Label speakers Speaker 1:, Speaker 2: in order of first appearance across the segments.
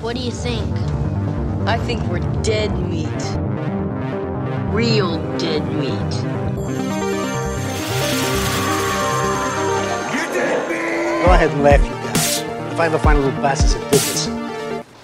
Speaker 1: What do you think?
Speaker 2: I think we're dead meat. Real dead meat.
Speaker 3: Go ahead and laugh, you guys. If I ever find a little bastard that did this,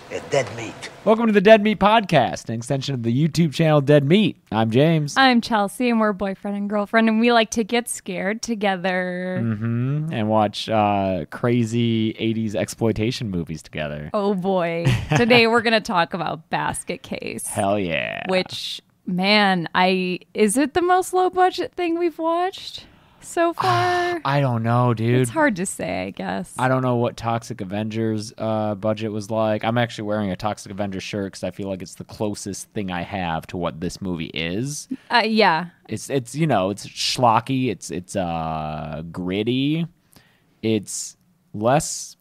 Speaker 3: they're dead meat.
Speaker 4: Welcome to the Dead Meat Podcast, an extension of the YouTube channel Dead Meat. I'm James.
Speaker 5: I'm Chelsea, and we're boyfriend and girlfriend, and we like to get scared together.
Speaker 4: Mm-hmm. and watch uh, crazy 80s exploitation movies together.
Speaker 5: Oh boy. Today we're going to talk about Basket Case,
Speaker 4: Hell yeah.
Speaker 5: which, man, I is it the most low budget thing we've watched so far?
Speaker 4: I don't know, Ah, dude.
Speaker 5: it's hard to say, I guess.
Speaker 4: I don't know what Toxic Avengers uh, budget was like. I'm actually wearing a Toxic Avenger shirt because I feel like it's the closest thing I have to what this movie is.
Speaker 5: uh, yeah.
Speaker 4: It's it's you know it's schlocky. It's it's uh, gritty. It's less.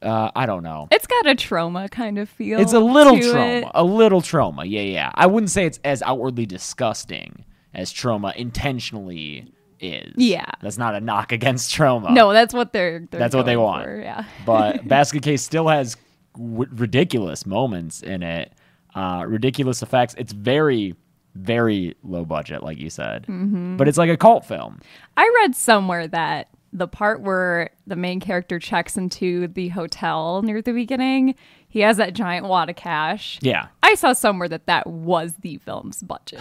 Speaker 4: Uh, I don't know.
Speaker 5: It's got a trauma kind of feel.
Speaker 4: It's a little
Speaker 5: to it.
Speaker 4: trauma. A little trauma. Yeah, yeah. I wouldn't say it's as outwardly disgusting as trauma intentionally is.
Speaker 5: Yeah.
Speaker 4: That's not a knock against trauma.
Speaker 5: No, that's what they're, they're
Speaker 4: That's what they
Speaker 5: going
Speaker 4: want.
Speaker 5: for, Yeah.
Speaker 4: but Basket Case still has w- ridiculous moments in it, uh, ridiculous effects. It's very, very low budget, like you said.
Speaker 5: Mm-hmm.
Speaker 4: But it's like a cult film.
Speaker 5: I read somewhere that the part where the main character checks into the hotel near the beginning, he has that giant wad of cash.
Speaker 4: Yeah.
Speaker 5: I saw somewhere that that was the film's budget.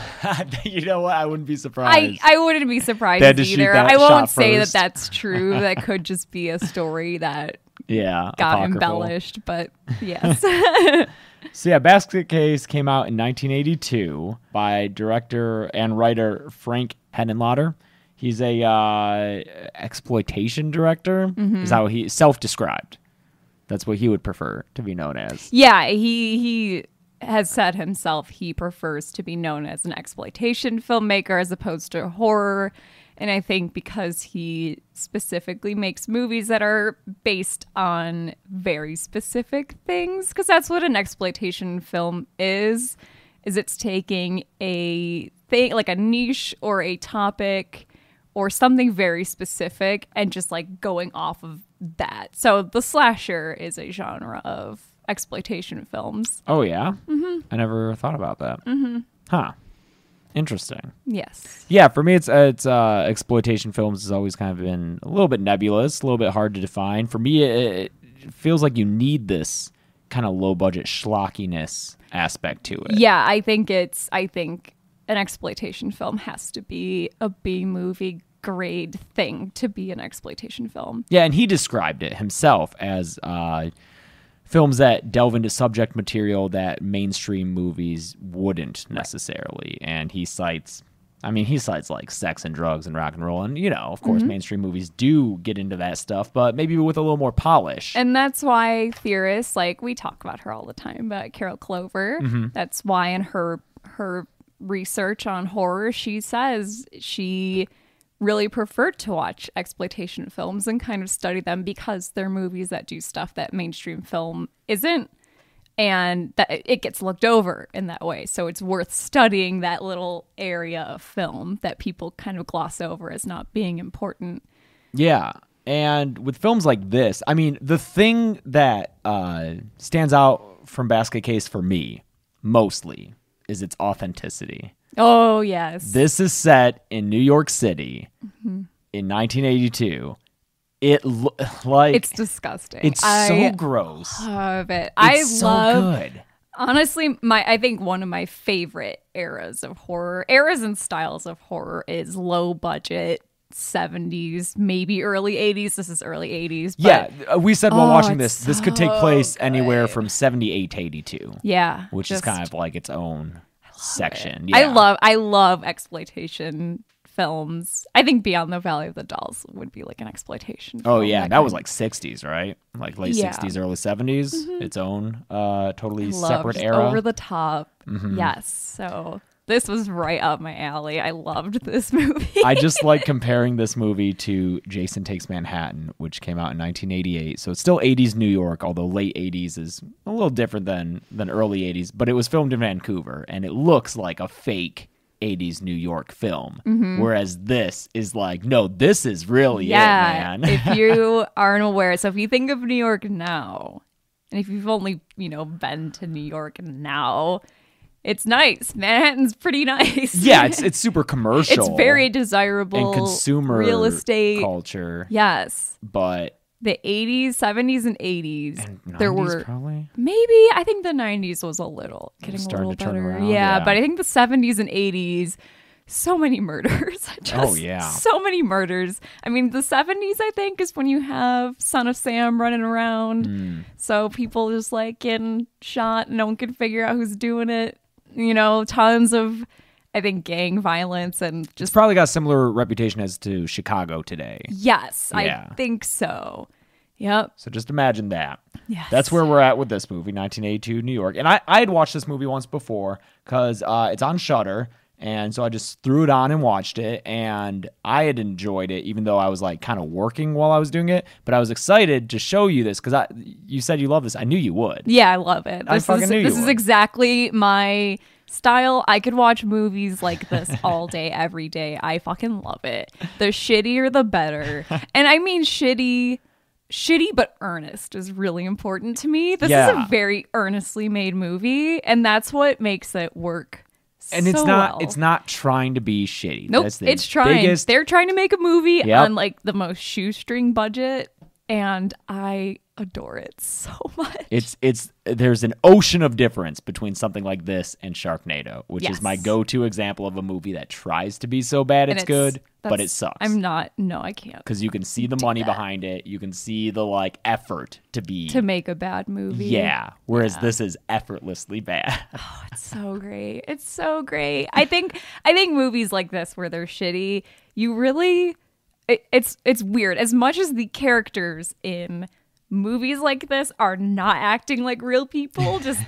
Speaker 4: you know what? I wouldn't be surprised.
Speaker 5: I, I wouldn't be surprised
Speaker 4: They had to shoot
Speaker 5: either.
Speaker 4: that
Speaker 5: I won't
Speaker 4: shot
Speaker 5: say that
Speaker 4: first.
Speaker 5: that's true. That could just be a story that
Speaker 4: yeah.
Speaker 5: got
Speaker 4: apocryphal.
Speaker 5: embellished, but yes.
Speaker 4: So yeah, Basket Case came out in 1982 by director and writer Frank Henenlotter. He's a uh, exploitation director. Is how he self-described. That's what he would prefer to be known as.
Speaker 5: yeah, he he has said himself he prefers to be known as an exploitation filmmaker as opposed to horror. And I think because he specifically makes movies that are based on very specific things, because that's what an exploitation film is, is it's taking a thing like a niche or a topic or something very specific and just like going off of that. So the slasher is a genre of exploitation films.
Speaker 4: Oh yeah, mm-hmm. I never thought about that. Mm-hmm. Huh? Interesting.
Speaker 5: Yes.
Speaker 4: Yeah, for me, it's uh, it's uh, exploitation films has always kind of been a little bit nebulous, a little bit hard to define. For me, it, it feels like you need this kind of low budget schlockiness aspect to it.
Speaker 5: Yeah, I think it's I think an exploitation film has to be a B movie grade thing to be an exploitation film.
Speaker 4: Yeah, and he described it himself as uh, films that delve into subject material that mainstream movies wouldn't necessarily. And he cites, I mean, he cites like sex and drugs and rock and roll. And, you know, of course, mainstream movies do get into that stuff, but maybe with a little more polish.
Speaker 5: And that's why theorists, like we talk about her all the time, but Carol Clover.
Speaker 4: Mm-hmm.
Speaker 5: That's why in her her research on horror, she says she really preferred to watch exploitation films and kind of study them because they're movies that do stuff that mainstream film isn't and that it gets looked over in that way so it's worth studying that little area of film that people kind of gloss over as not being important
Speaker 4: Yeah. And with films like this, I mean, the thing that uh, stands out from Basket Case for me mostly is its authenticity.
Speaker 5: oh yes
Speaker 4: This is set in New York City
Speaker 5: Mm-hmm.
Speaker 4: in 1982. It lo- like
Speaker 5: it's
Speaker 4: it's,
Speaker 5: disgusting
Speaker 4: so
Speaker 5: I-
Speaker 4: gross.
Speaker 5: love it. I
Speaker 4: It's so
Speaker 5: love
Speaker 4: good.
Speaker 5: honestly my I think one of my favorite eras of horror, eras and styles of horror is low budget 70s, maybe early 80s. This is early 80s. but-
Speaker 4: Yeah, uh, we said while
Speaker 5: Oh,
Speaker 4: watching this,
Speaker 5: it's
Speaker 4: this could take
Speaker 5: so
Speaker 4: place anywhere from 78 to 82,
Speaker 5: Yeah.
Speaker 4: which is
Speaker 5: just-
Speaker 4: kind of like its own section.
Speaker 5: I
Speaker 4: Yeah.
Speaker 5: love I love exploitation films. I think Beyond the Valley of the Dolls would be like an exploitation
Speaker 4: Oh
Speaker 5: film,
Speaker 4: yeah,
Speaker 5: that
Speaker 4: that was
Speaker 5: kind-
Speaker 4: like '60s, right? Like late
Speaker 5: Yeah. Mm-hmm.
Speaker 4: '60s, early '70s. Its own, uh, totally
Speaker 5: love,
Speaker 4: separate
Speaker 5: just
Speaker 4: era. Mm-hmm.
Speaker 5: over the top. Yes. So this was right up my alley. I loved this movie.
Speaker 4: I just like comparing this movie to Jason Takes Manhattan, which came out in 1988. So it's still 80s New York, although late 80s is a little different than than early 80s. But it was filmed in Vancouver, and it looks like a fake 80s New York film.
Speaker 5: Mm-hmm.
Speaker 4: Whereas this is like, no, this is really it, man.
Speaker 5: if you aren't aware, so if you think of New York now, And if you've only, you know, been to New York and now, it's nice. Manhattan's pretty nice.
Speaker 4: Yeah, it's it's super commercial.
Speaker 5: it's very desirable.
Speaker 4: and consumer
Speaker 5: real estate.
Speaker 4: culture,
Speaker 5: Yes.
Speaker 4: but
Speaker 5: The 80s, 70s, and 80s. there
Speaker 4: 90s
Speaker 5: were
Speaker 4: probably
Speaker 5: maybe I think the 90s was a little getting a
Speaker 4: starting
Speaker 5: little
Speaker 4: to turn
Speaker 5: better.
Speaker 4: around,
Speaker 5: yeah,
Speaker 4: yeah.
Speaker 5: but I think the 70s and 80s so many murders. I Just,
Speaker 4: Oh, yeah.
Speaker 5: So many murders. I mean, the 70s I think is when you have Son of Sam running around.
Speaker 4: Hmm.
Speaker 5: So people just like getting shot, no one can figure out who's doing it. You know, tons of I think gang violence and
Speaker 4: it's
Speaker 5: just
Speaker 4: probably got a similar reputation as to Chicago today.
Speaker 5: yes,
Speaker 4: Yeah.
Speaker 5: I think so. Yep.
Speaker 4: So just imagine that.
Speaker 5: Yes.
Speaker 4: That's where we're at with this movie, 1982 New York. And I, I had watched this movie once before because uh, it's on Shutter, and so I just threw it on and watched it, and I had enjoyed it, even though I was like kind of working while I was doing it. But I was excited to show you this because I, you said you love this. I knew you would.
Speaker 5: Yeah, I love it. This
Speaker 4: I fucking
Speaker 5: is
Speaker 4: knew you
Speaker 5: this is
Speaker 4: would.
Speaker 5: exactly my style. I could watch movies like this all day, every day. I fucking love it. The shittier the better. And I mean shitty shitty but earnest is really important to me. This is
Speaker 4: Yeah.
Speaker 5: a very earnestly made movie, and that's what makes it work.
Speaker 4: And it's
Speaker 5: so
Speaker 4: not
Speaker 5: well.
Speaker 4: it's not trying to be shitty.
Speaker 5: Nope,
Speaker 4: That's the
Speaker 5: it's trying.
Speaker 4: biggest-
Speaker 5: They're trying to make a movie
Speaker 4: Yep.
Speaker 5: on like the most shoestring budget, and I adore it so much.
Speaker 4: It's it's there's an ocean of difference between something like this and Sharknado, which is
Speaker 5: Yes.
Speaker 4: my go-to example of a movie that tries to be so bad
Speaker 5: And
Speaker 4: it's, good, but
Speaker 5: that's-
Speaker 4: it sucks.
Speaker 5: I'm not. No, I can't.
Speaker 4: because you can see the money behind it, you can see the like effort to be
Speaker 5: To make a bad movie.
Speaker 4: yeah. Whereas this is effortlessly bad.
Speaker 5: It's so great. It's so great. I think. I think movies like this, where they're shitty, you really. It, it's it's weird. As much as the characters in movies like this are not acting like real people, just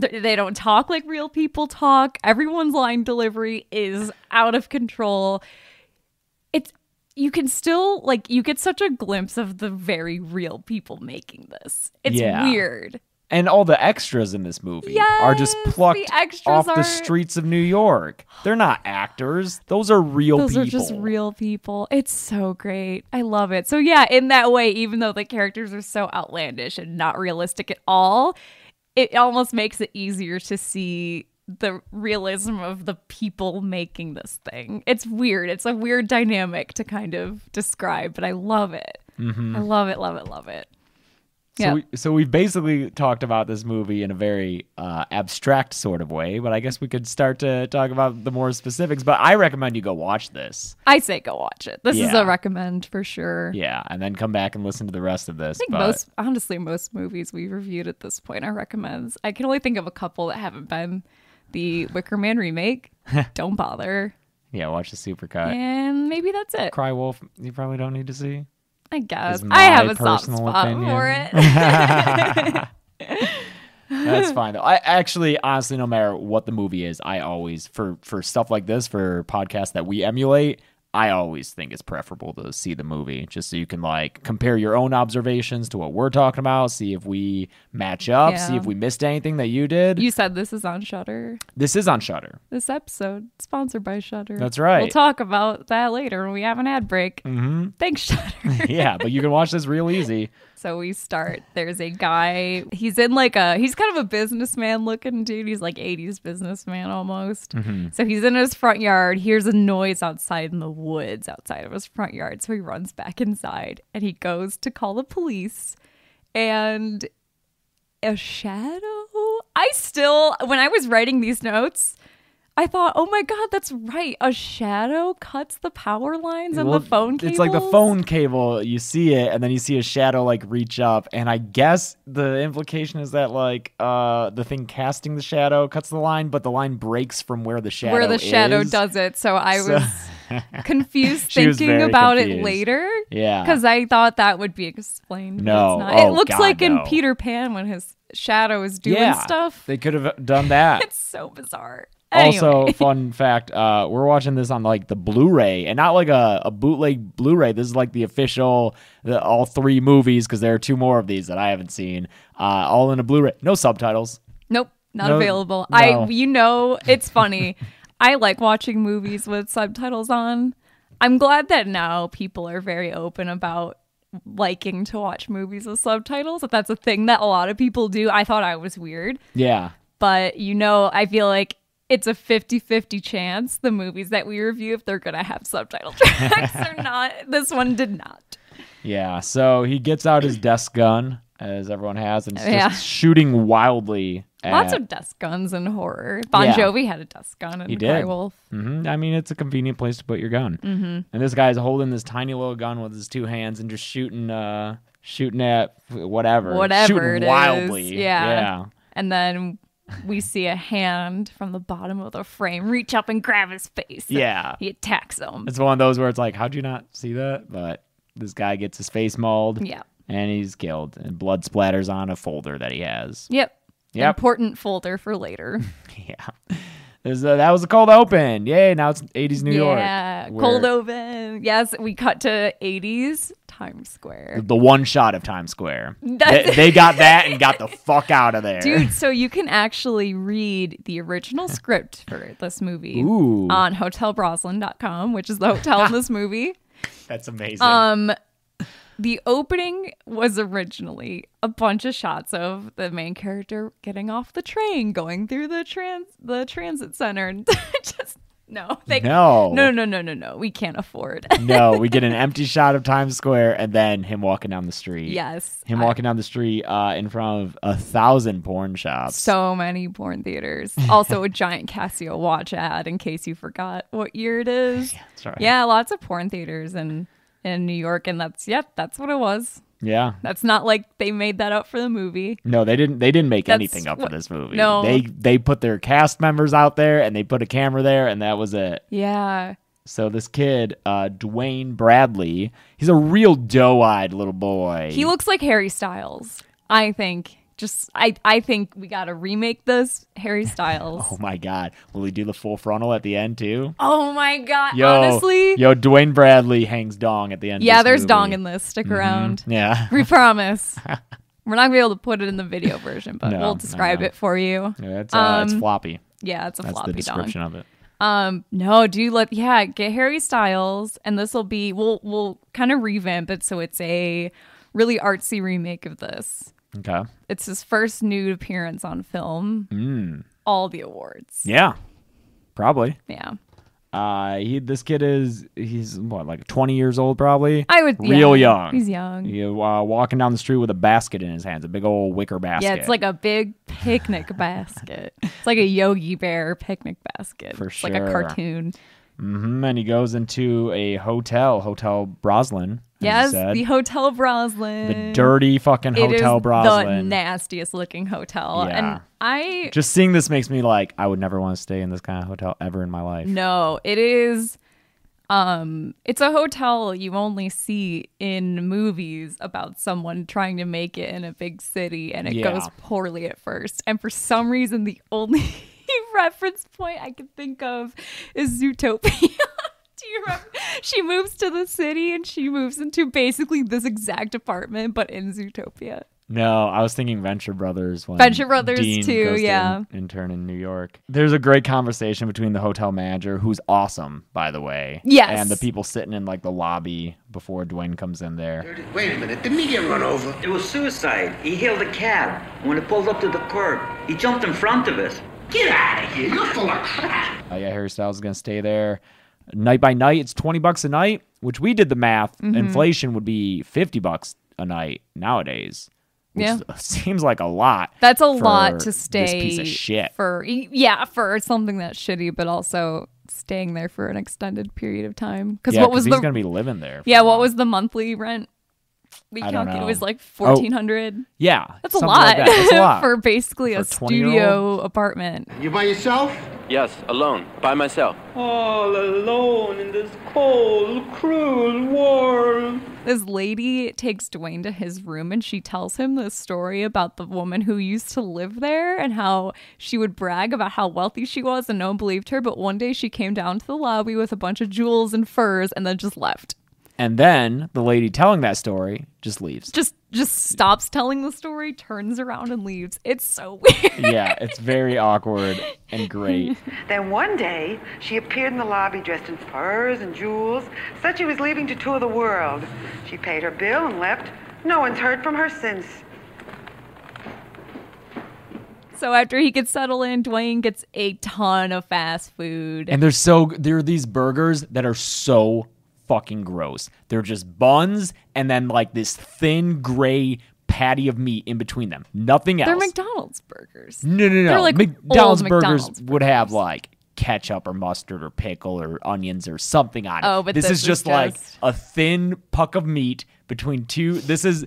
Speaker 5: th- they don't talk like real people talk. Everyone's line delivery is out of control. it's you can still like you get such a glimpse of the very real people making this. It's
Speaker 4: Yeah.
Speaker 5: weird.
Speaker 4: and all the extras in this movie are just
Speaker 5: Yes, the
Speaker 4: plucked
Speaker 5: extras
Speaker 4: off the
Speaker 5: are-
Speaker 4: streets of New York. They're not actors; those are real
Speaker 5: Those
Speaker 4: people.
Speaker 5: are just real people. It's so great. I love it. So yeah, in that way, even though the characters are so outlandish and not realistic at all, it almost makes it easier to see the realism of the people making this thing. It's weird. It's a weird dynamic to kind of describe, but I love it. I love it, love it, love it.
Speaker 4: So, we, so we've basically talked about this movie in a very uh, abstract sort of way, but I guess we could start to talk about the more specifics. But I recommend you go watch this,
Speaker 5: I say go watch it. This is
Speaker 4: Yeah.
Speaker 5: a recommend for sure.
Speaker 4: yeah, and then come back and listen to the rest of this.
Speaker 5: I think
Speaker 4: but
Speaker 5: most, honestly, most movies we reviewed at this point are recommends. I can only think of a couple that haven't been. The Wicker Man remake, don't bother,
Speaker 4: yeah, watch the supercut.
Speaker 5: and maybe that's it.
Speaker 4: Cry Wolf, you probably don't need to see.
Speaker 5: I guess
Speaker 4: Is
Speaker 5: Uh, I have
Speaker 4: my
Speaker 5: a soft
Speaker 4: personal
Speaker 5: spot
Speaker 4: opinion.
Speaker 5: for it.
Speaker 4: That's fine though. I actually, honestly, no matter what the movie is, I always for for stuff like this for podcasts that we emulate. I always think it's preferable to see the movie just so you can like compare your own observations to what we're talking about, see if we match up, see
Speaker 5: Yeah.
Speaker 4: if we missed anything that you did.
Speaker 5: you said this is on Shutter.
Speaker 4: this is on Shutter.
Speaker 5: This episode sponsored by Shutter.
Speaker 4: That's right.
Speaker 5: We'll talk about that later when we have an ad break. Mm-hmm. Thanks, Shutter.
Speaker 4: Yeah, but you can watch this real easy.
Speaker 5: So we start. There's a guy. He's in like a. He's kind of a businessman looking dude. He's like 80s businessman almost.
Speaker 4: Mm-hmm.
Speaker 5: So he's in his front yard. Hears a noise outside in the woods outside of his front yard. So he runs back inside and he goes to call the police. And a shadow. I still, when I was writing these notes. I thought, oh my god, that's right. A shadow cuts the power lines and
Speaker 4: Well,
Speaker 5: the phone cables.
Speaker 4: It's like the phone cable. You see it, and then you see a shadow like reach up, and I guess the implication is that like uh the thing casting the shadow cuts the line, but the line breaks from where the shadow
Speaker 5: where the shadow
Speaker 4: is.
Speaker 5: does it. So I was confused
Speaker 4: She was
Speaker 5: thinking
Speaker 4: very
Speaker 5: about it
Speaker 4: confused.
Speaker 5: later.
Speaker 4: Yeah.
Speaker 5: Because I thought that would be explained. but
Speaker 4: No.
Speaker 5: It's not.
Speaker 4: Oh,
Speaker 5: it looks
Speaker 4: God,
Speaker 5: like in
Speaker 4: no.
Speaker 5: Peter Pan when his shadow is doing
Speaker 4: yeah
Speaker 5: stuff.
Speaker 4: They could have done that.
Speaker 5: It's so bizarre.
Speaker 4: Also,
Speaker 5: Anyway.
Speaker 4: fun fact: uh, we're watching this on like the Blu-ray, and not like a, a bootleg Blu-ray. This is like the official, the, all three movies because there are two more of these that I haven't seen, uh, all in a Blu-ray, no subtitles.
Speaker 5: Nope, not
Speaker 4: No,
Speaker 5: available.
Speaker 4: no.
Speaker 5: I you know, it's funny. I like watching movies with subtitles on. I'm glad that now people are very open about liking to watch movies with subtitles. That that's a thing that a lot of people do. I thought I was weird,
Speaker 4: Yeah.
Speaker 5: but you know, I feel like it's a 50-50 chance the movies that we review if they're going to have subtitle tracks or not. This one did not.
Speaker 4: Yeah. So he gets out his desk gun, as everyone has, and is just
Speaker 5: Yeah.
Speaker 4: shooting wildly. At,
Speaker 5: Lots of dust guns in horror. Bon
Speaker 4: Uh, Yeah.
Speaker 5: Jovi had a dust gun in
Speaker 4: He did.
Speaker 5: Cry Wolf.
Speaker 4: Mhm. I mean, it's a convenient place to put your gun. Mm-hmm. And this guy's holding this tiny little gun with his two hands and just shooting, uh, shooting at whatever,
Speaker 5: Whatever
Speaker 4: shooting
Speaker 5: it is.
Speaker 4: wildly.
Speaker 5: Yeah.
Speaker 4: Yeah.
Speaker 5: And then we see a hand from the bottom of the frame reach up and grab his face.
Speaker 4: Yeah.
Speaker 5: He attacks him.
Speaker 4: It's one of those where it's like, how'd you not see that? But this guy gets his face mauled.
Speaker 5: Yeah.
Speaker 4: And he's killed, and blood splatters on a folder that he has.
Speaker 5: Yep.
Speaker 4: Yep.
Speaker 5: Important folder for later.
Speaker 4: Yeah. There's a, that was a cold open. Yay. Now it's 80s New York.
Speaker 5: yeah.
Speaker 4: where
Speaker 5: Cold open. Yes, we cut to 80s Times Square.
Speaker 4: The one shot of Times Square. They,
Speaker 5: That's-
Speaker 4: they got that and got the fuck out of there.
Speaker 5: Dude, so you can actually read the original script for this movie
Speaker 4: Ooh.
Speaker 5: on hotelbroslin.com, which is the hotel in this movie.
Speaker 4: That's amazing.
Speaker 5: Um, the opening was originally a bunch of shots of the main character getting off the train, going through the trans the transit center, and just no, they,
Speaker 4: No.
Speaker 5: no, no, no, no, no. We can't afford.
Speaker 4: no, we get an empty shot of Times Square and then him walking down the street.
Speaker 5: yes,
Speaker 4: Him
Speaker 5: I-
Speaker 4: walking down the street uh, in front of a thousand porn shops.
Speaker 5: so many porn theaters. Also, a giant Casio watch ad in case you forgot what year it is. Yeah,
Speaker 4: that's right.
Speaker 5: lots of porn theaters in in New York, and that's yep, that's what it was.
Speaker 4: yeah.
Speaker 5: That's not like they made that up for the movie.
Speaker 4: No, they didn't. They didn't make
Speaker 5: That's
Speaker 4: anything up for
Speaker 5: what-
Speaker 4: this movie.
Speaker 5: no.
Speaker 4: they they put their cast members out there and they put a camera there, and that was it.
Speaker 5: Yeah.
Speaker 4: So this kid, uh, Dwayne Bradley, he's a real doe-eyed little boy.
Speaker 5: He looks like Harry Styles. I think. Just I I think we gotta remake this Harry Styles.
Speaker 4: oh
Speaker 5: oh.
Speaker 4: my god, will he do the full frontal at the end too?
Speaker 5: my god!
Speaker 4: Yo,
Speaker 5: Honestly,
Speaker 4: yo, Dwayne Bradley hangs dong at the end. of
Speaker 5: yeah.
Speaker 4: this
Speaker 5: There's
Speaker 4: movie. Mm-hmm.
Speaker 5: dong in this. Stick around.
Speaker 4: Yeah,
Speaker 5: We promise. We're not gonna be able to put it in the video version, but
Speaker 4: No,
Speaker 5: we'll
Speaker 4: I
Speaker 5: describe
Speaker 4: know.
Speaker 5: it for you.
Speaker 4: Yeah, it's, uh, it's floppy.
Speaker 5: Yeah, it's a
Speaker 4: That's
Speaker 5: Um, floppy
Speaker 4: the description
Speaker 5: dong.
Speaker 4: of it.
Speaker 5: Um, no, do let yeah get Harry Styles, and this will be we'll we'll kind of revamp it so it's a really artsy remake of this.
Speaker 4: Okay.
Speaker 5: It's his first nude appearance on film. All the awards.
Speaker 4: Hmm. Yeah, probably.
Speaker 5: Yeah.
Speaker 4: Uh, he this kid is he's what like 20 years old probably.
Speaker 5: I would
Speaker 4: real
Speaker 5: yeah,
Speaker 4: young.
Speaker 5: He's young. Yeah,
Speaker 4: He, uh, walking down the street with a basket in his hands, a big old wicker basket.
Speaker 5: it's like a big picnic basket. It's like a Yogi Bear picnic basket.
Speaker 4: For
Speaker 5: it's like a
Speaker 4: sure.
Speaker 5: cartoon.
Speaker 4: Mhm, and he goes into a hotel, Hotel Broslin. as you
Speaker 5: Yes,
Speaker 4: said.
Speaker 5: the Hotel Broslin.
Speaker 4: The dirty fucking
Speaker 5: It is
Speaker 4: Hotel
Speaker 5: the
Speaker 4: Broslin.
Speaker 5: nastiest looking hotel.
Speaker 4: Yeah.
Speaker 5: And I
Speaker 4: Just seeing this makes me like, I would never want to stay in this kind of hotel ever in my life.
Speaker 5: No, it is. Um, it's a hotel you only see in movies about someone trying to make it in a big city, and it
Speaker 4: Yeah.
Speaker 5: goes poorly at first. And for some reason, the only reference point I can think of is Zootopia. Do you remember? she moves to the city, and she moves into basically this exact apartment, but in Zootopia.
Speaker 4: No, I was thinking Venture Brothers. When
Speaker 5: Venture Brothers
Speaker 4: Dean
Speaker 5: too,
Speaker 4: goes to
Speaker 5: yeah.
Speaker 4: in- intern in New York. There's a great conversation between the hotel manager, who's awesome, by the way.
Speaker 5: Yes.
Speaker 4: And the people sitting in like the lobby before Dwayne comes in there.
Speaker 1: Wait a minute, didn't he get run over?
Speaker 6: It was suicide. He hailed a cab. When it pulled up to the curb, he jumped in front of us.
Speaker 1: Get out of here, you're full of crap.
Speaker 4: Uh, yeah, Harry Styles is gonna stay there. Night by night, it's twenty bucks a night, which we did the math.
Speaker 5: Mm-hmm.
Speaker 4: Inflation would be fifty bucks a night nowadays. Which
Speaker 5: Yeah.
Speaker 4: is- seems like a lot.
Speaker 5: That's a
Speaker 4: for
Speaker 5: lot to
Speaker 4: This
Speaker 5: stay
Speaker 4: piece of shit.
Speaker 5: for yeah for something that's shitty, but also staying there for an extended period of time. Because
Speaker 4: yeah,
Speaker 5: what was
Speaker 4: 'cause he's
Speaker 5: the
Speaker 4: gonna be living there? for
Speaker 5: yeah
Speaker 4: a
Speaker 5: what
Speaker 4: while.
Speaker 5: was the monthly rent? We
Speaker 4: I don't
Speaker 5: calculated
Speaker 4: know.
Speaker 5: it was like
Speaker 4: Oh,
Speaker 5: fourteen hundred.
Speaker 4: Yeah,
Speaker 5: that's, a
Speaker 4: something like that. That's a lot.
Speaker 5: lot for basically
Speaker 4: For
Speaker 5: a
Speaker 4: a 20-year-old?
Speaker 5: studio apartment.
Speaker 1: You by yourself?
Speaker 7: Yes, alone, by myself.
Speaker 6: All alone in this cold, cruel world.
Speaker 5: This lady takes Dwayne to his room and she tells him the story about the woman who used to live there and how she would brag about how wealthy she was and no one believed her. But one day she came down to the lobby with a bunch of jewels and furs and then just left.
Speaker 4: And then the lady telling that story just leaves.
Speaker 5: Just just stops telling the story, turns around and leaves. It's so weird.
Speaker 4: yeah, it's very awkward and great.
Speaker 8: Then one day, she appeared in the lobby dressed in furs and jewels, said she was leaving to tour the world. She paid her bill and left. No one's heard from her since.
Speaker 5: So after he gets settled in, Dwayne gets a ton of fast food.
Speaker 4: And they're so there are these burgers that are so fucking gross. They're just buns and then like this thin gray patty of meat in between them. Nothing else.
Speaker 5: They're McDonald's burgers.
Speaker 4: No, no,
Speaker 5: They're
Speaker 4: no.
Speaker 5: like
Speaker 4: McDonald's
Speaker 5: old
Speaker 4: burgers
Speaker 5: McDonald's
Speaker 4: would have like ketchup or mustard or pickle or onions or something on it.
Speaker 5: Oh, but
Speaker 4: this,
Speaker 5: this
Speaker 4: is
Speaker 5: is
Speaker 4: just like
Speaker 5: just-
Speaker 4: a thin puck of meat between two. This is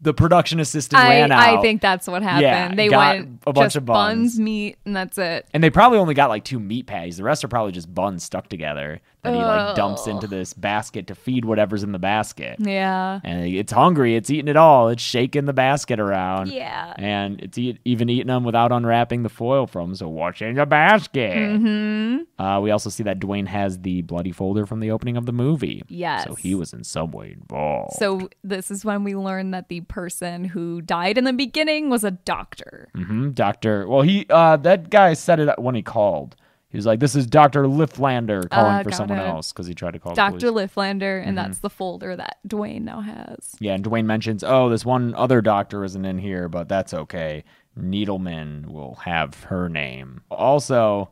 Speaker 4: the production assistant
Speaker 5: I,
Speaker 4: ran out.
Speaker 5: I think that's what happened.
Speaker 4: Yeah,
Speaker 5: they
Speaker 4: got
Speaker 5: went
Speaker 4: a bunch
Speaker 5: just
Speaker 4: of buns.
Speaker 5: meat, and that's it.
Speaker 4: And they probably only got like two meat patties. The rest are probably just buns stuck together that he like dumps into this basket to feed whatever's in the basket.
Speaker 5: Yeah.
Speaker 4: And it's hungry. It's eating it all. It's shaking the basket around.
Speaker 5: Yeah.
Speaker 4: And it's eat, even eating them without unwrapping the foil from. 'em, So what's in the basket? Mm-hmm. Uh, we also see that Dwayne has the bloody folder from the opening of the movie.
Speaker 5: Yes.
Speaker 4: So he was in some way involved.
Speaker 5: So this is when we learn that the person who died in the beginning was a doctor.
Speaker 4: hmm Doctor. Well, he uh, that guy said it when he called. He was like, "This is Doctor Liflander calling
Speaker 5: Uh,
Speaker 4: for
Speaker 5: got
Speaker 4: someone
Speaker 5: it.
Speaker 4: else because he tried to call." the
Speaker 5: Dr.
Speaker 4: police.
Speaker 5: Liflander, and that's the folder that Dwayne now has.
Speaker 4: Yeah, and Dwayne mentions, oh, this one other doctor isn't in here, but that's okay. Needleman will have her name. Also,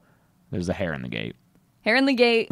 Speaker 4: there's a hair in the gate.
Speaker 5: Hair in the gate.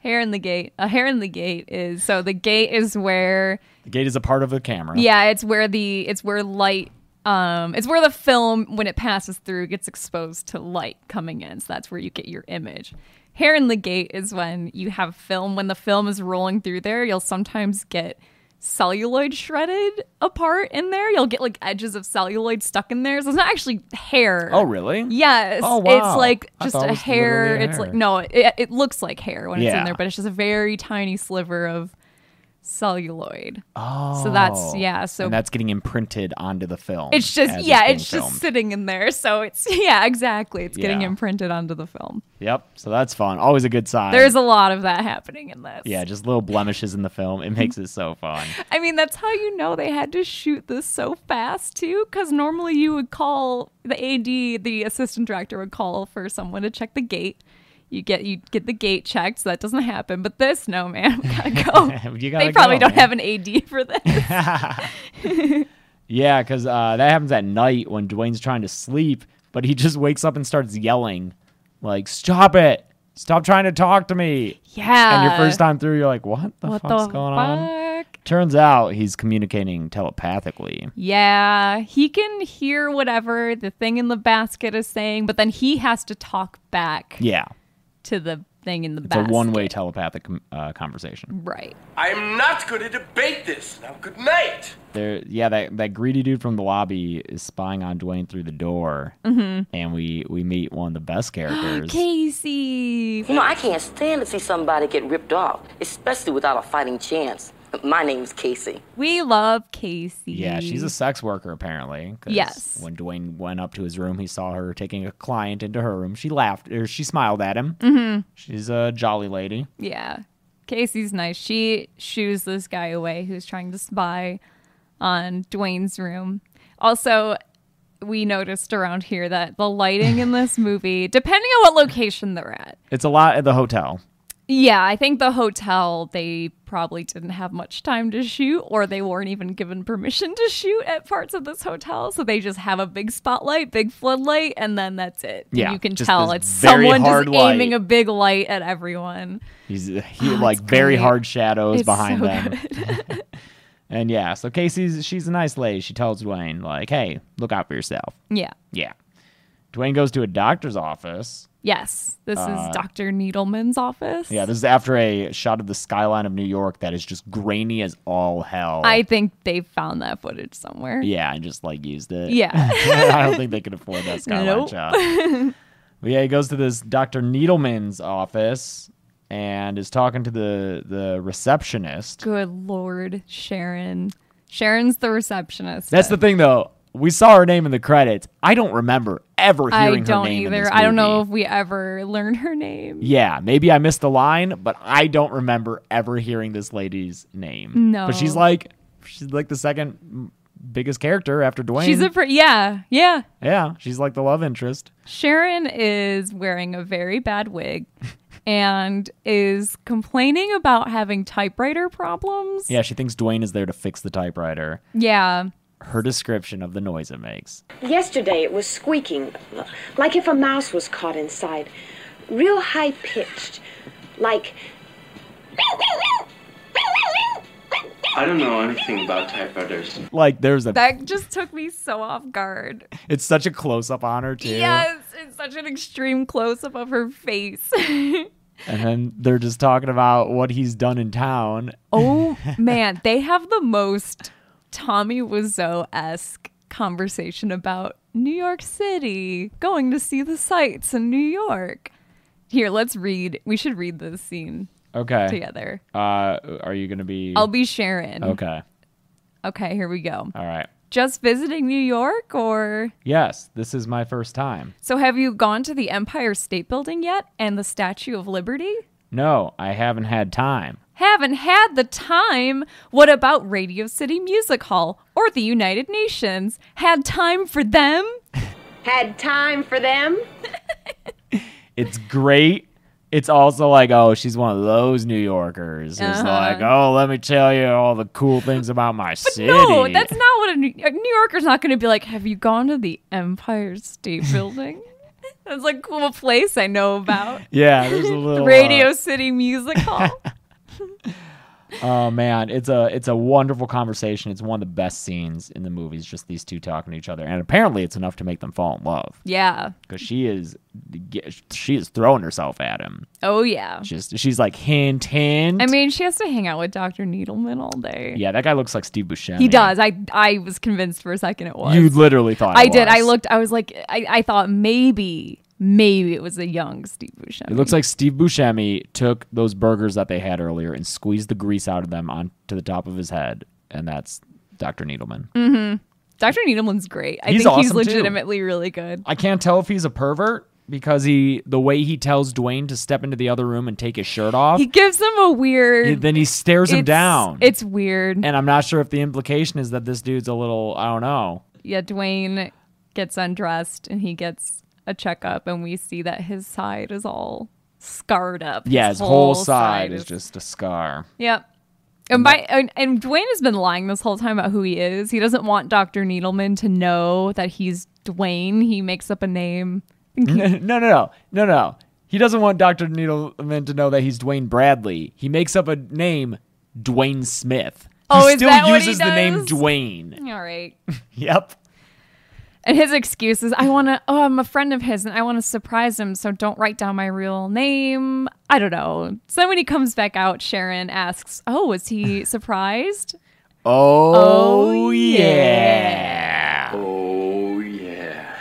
Speaker 5: hair in the gate. A hair in the gate is so the gate is where
Speaker 4: The gate is a part of the camera.
Speaker 5: yeah, it's where the it's where light um it's where the film when it passes through gets exposed to light coming in. So that's where you get your image. Hair in the gate is when you have film when the film is rolling through there, you'll sometimes get celluloid shredded apart in there. You'll get like edges of celluloid stuck in there. So it's not actually hair.
Speaker 4: Oh, really?
Speaker 5: Yes.
Speaker 4: Oh, wow.
Speaker 5: It's like
Speaker 4: I
Speaker 5: just
Speaker 4: thought it
Speaker 5: a
Speaker 4: was
Speaker 5: hair.
Speaker 4: literally a
Speaker 5: It's like
Speaker 4: hair.
Speaker 5: no, it, it looks like hair when it's
Speaker 4: Yeah.
Speaker 5: in there, but it's just a very tiny sliver of celluloid. Oh. So that's yeah, so
Speaker 4: and that's getting imprinted onto the film.
Speaker 5: it's just
Speaker 4: as
Speaker 5: yeah,
Speaker 4: being
Speaker 5: it's, just
Speaker 4: filmed.
Speaker 5: sitting in there. So it's yeah, exactly. It's getting
Speaker 4: Yeah.
Speaker 5: imprinted onto the film.
Speaker 4: Yep. So that's fun. Always a good sign.
Speaker 5: There's a lot of that happening in this.
Speaker 4: yeah, just little blemishes in the film. It makes it so fun.
Speaker 5: I mean, that's how you know they had to shoot this so fast too, because normally you would call the AD, the assistant director would call for someone to check the gate. You get you get the gate checked, so that doesn't happen. But this, no man, we gotta go.
Speaker 4: You gotta
Speaker 5: they probably
Speaker 4: go,
Speaker 5: don't
Speaker 4: man.
Speaker 5: have an AD for this.
Speaker 4: Yeah, because uh, that happens at night when Dwayne's trying to sleep, but he just wakes up and starts yelling, like, "Stop it! Stop trying to talk to me!"
Speaker 5: yeah.
Speaker 4: and your first time through, you're like, "What the
Speaker 5: what the
Speaker 4: fuck's going on?"
Speaker 5: fuck?
Speaker 4: Turns out he's communicating telepathically.
Speaker 5: Yeah, he can hear whatever the thing in the basket is saying, but then he has to talk back
Speaker 4: Yeah,
Speaker 5: to the thing in the
Speaker 4: it's
Speaker 5: basket.
Speaker 4: a one-way telepathic com- uh, conversation.
Speaker 5: Right.
Speaker 9: I am not going to debate this. Now, good night.
Speaker 4: There, yeah, that that greedy dude from the lobby is spying on Dwayne through the door, mm-hmm. and we we meet one of the best characters.
Speaker 5: Casey.
Speaker 2: You know, I can't stand to see somebody get ripped off, especially without a fighting chance. My name's Casey.
Speaker 5: We love Casey.
Speaker 4: Yeah, she's a sex worker apparently. 'cause
Speaker 5: Yes.
Speaker 4: When Dwayne went up to his room, he saw her taking a client into her room. She laughed or she smiled at him. Mm-hmm. She's a jolly lady.
Speaker 5: yeah. Casey's nice. She shoos this guy away who's trying to spy on Dwayne's room. Also, we noticed around here that the lighting in this movie, depending on what location they're at,
Speaker 4: It's a lot at the hotel.
Speaker 5: yeah, I think the hotel they probably didn't have much time to shoot, or they weren't even given permission to shoot at parts of this hotel, so they just have a big spotlight, big floodlight, and then that's it.
Speaker 4: Yeah,
Speaker 5: you can
Speaker 4: just
Speaker 5: tell
Speaker 4: this
Speaker 5: it's
Speaker 4: very
Speaker 5: someone
Speaker 4: hard
Speaker 5: just
Speaker 4: light.
Speaker 5: aiming a big light at everyone.
Speaker 4: He's he, like very
Speaker 5: Oh, great.
Speaker 4: hard shadows
Speaker 5: It's
Speaker 4: behind
Speaker 5: so
Speaker 4: them. and yeah, so Casey's she's a nice lady. She tells Dwayne like, "Hey, look out for yourself."
Speaker 5: Yeah.
Speaker 4: Yeah. Dwayne goes to a doctor's office.
Speaker 5: Yes, this is Dr. Needleman's office.
Speaker 4: Uh, Yeah, this is after a shot of the skyline of New York that is just grainy as all hell.
Speaker 5: I think they found that footage somewhere.
Speaker 4: Yeah, and just like used it.
Speaker 5: Yeah.
Speaker 4: I don't think they could afford that skyline
Speaker 5: Nope.
Speaker 4: shot. But yeah, he goes to this Dr. Needleman's office and is talking to the the receptionist.
Speaker 5: Good lord, Sharon. Sharon's the receptionist.
Speaker 4: That's the thing though. We saw her name in the credits. I don't remember ever
Speaker 5: I
Speaker 4: hearing her
Speaker 5: don't
Speaker 4: name. in this
Speaker 5: either. I don't know if
Speaker 4: movie.
Speaker 5: we ever learned her name.
Speaker 4: Yeah, maybe I missed the line, but I don't remember ever hearing this lady's name.
Speaker 5: No.
Speaker 4: But she's like she's like the second biggest character after Dwayne.
Speaker 5: She's a pre- yeah, yeah.
Speaker 4: yeah, she's like the love interest.
Speaker 5: Sharon is wearing a very bad wig and is complaining about having typewriter problems.
Speaker 4: Yeah, she thinks Dwayne is there to fix the typewriter.
Speaker 5: Yeah.
Speaker 4: Her description of the noise it makes.
Speaker 10: Yesterday it was squeaking, like if a mouse was caught inside. Real high pitched, like.
Speaker 9: I don't know anything about typewriters.
Speaker 4: Like there's a
Speaker 5: That just took me so off guard.
Speaker 4: it's such a close up on her too.
Speaker 5: Yes, it's such an extreme close up of her face.
Speaker 4: And then they're just talking about what he's done in town.
Speaker 5: oh man, they have the most Tommy Wiseau esque conversation about New York City, going to see the sights in New York. Here, let's read. We should read this scene
Speaker 4: Okay.
Speaker 5: together.
Speaker 4: Uh are you gonna be
Speaker 5: I'll be Sharon.
Speaker 4: Okay.
Speaker 5: Okay, here we go.
Speaker 4: All right.
Speaker 5: Just visiting New York or
Speaker 4: Yes, this is my first time.
Speaker 5: so have you gone to the Empire State Building yet and the Statue of Liberty?
Speaker 4: No, I haven't had time.
Speaker 5: Haven't had the time. What about Radio City Music Hall or the United Nations? Had time for them?
Speaker 10: Had time for them?
Speaker 4: It's great. It's also like, oh, she's one of those New Yorkers.
Speaker 5: Uh-huh.
Speaker 4: It's like, oh, let me tell you all the cool things about my city.
Speaker 5: No, that's not what a New, a New Yorker's not going to be like. Have you gone to the Empire State Building? That's like a cool place I know about.
Speaker 4: Yeah, there's a little uh,
Speaker 5: Radio City Music Hall.
Speaker 4: Oh man, it's a it's a wonderful conversation. It's one of the best scenes in the movies, just these two talking to each other, and apparently it's enough to make them fall in love
Speaker 5: yeah.
Speaker 4: because she is she is throwing herself at him.
Speaker 5: Oh yeah.
Speaker 4: Just she's like hint hint.
Speaker 5: I mean, she has to hang out with Dr. Needleman all day.
Speaker 4: yeah, that guy looks like Steve Buscemi.
Speaker 5: He does. I I was convinced for a second it was.
Speaker 4: You literally thought it
Speaker 5: I did. I
Speaker 4: was.
Speaker 5: looked. I was like, I, I thought maybe, maybe it was a young Steve Buscemi.
Speaker 4: It looks like Steve Buscemi took those burgers that they had earlier and squeezed the grease out of them onto the top of his head, and that's Dr. Needleman.
Speaker 5: Mm. Dr. Needleman's great. I
Speaker 4: He's
Speaker 5: think
Speaker 4: awesome,
Speaker 5: he's
Speaker 4: too.
Speaker 5: legitimately really good.
Speaker 4: I can't tell if he's a pervert because he the way he tells Dwayne to step into the other room and take his shirt off.
Speaker 5: He gives him a weird.
Speaker 4: then he stares him
Speaker 5: it's-
Speaker 4: down.
Speaker 5: It's weird.
Speaker 4: and I'm not sure if the implication is that this dude's a little, I don't know.
Speaker 5: yeah, Dwayne gets undressed and he gets a checkup, and we see that his side is all scarred up.
Speaker 4: Yeah, his whole, side is just a scar.
Speaker 5: Yep. And by and, and Dwayne has been lying this whole time about who he is. He doesn't want Dr. Needleman to know that he's Dwayne. He makes up a name.
Speaker 4: no, no, no, no, no. He doesn't want Dr. Needleman to know that he's Dwayne Bradley. He makes up a name, Dwayne Smith.
Speaker 5: Oh,
Speaker 4: he
Speaker 5: is
Speaker 4: still
Speaker 5: that what he
Speaker 4: uses the name
Speaker 5: does?
Speaker 4: Dwayne.
Speaker 5: All right.
Speaker 4: Yep.
Speaker 5: And his excuse is I want to oh, I'm a friend of his and I want to surprise him, so don't write down my real name. I don't know. So then when he comes back out, Sharon asks, "Oh, was he surprised?"
Speaker 4: Oh,
Speaker 9: Oh, yeah.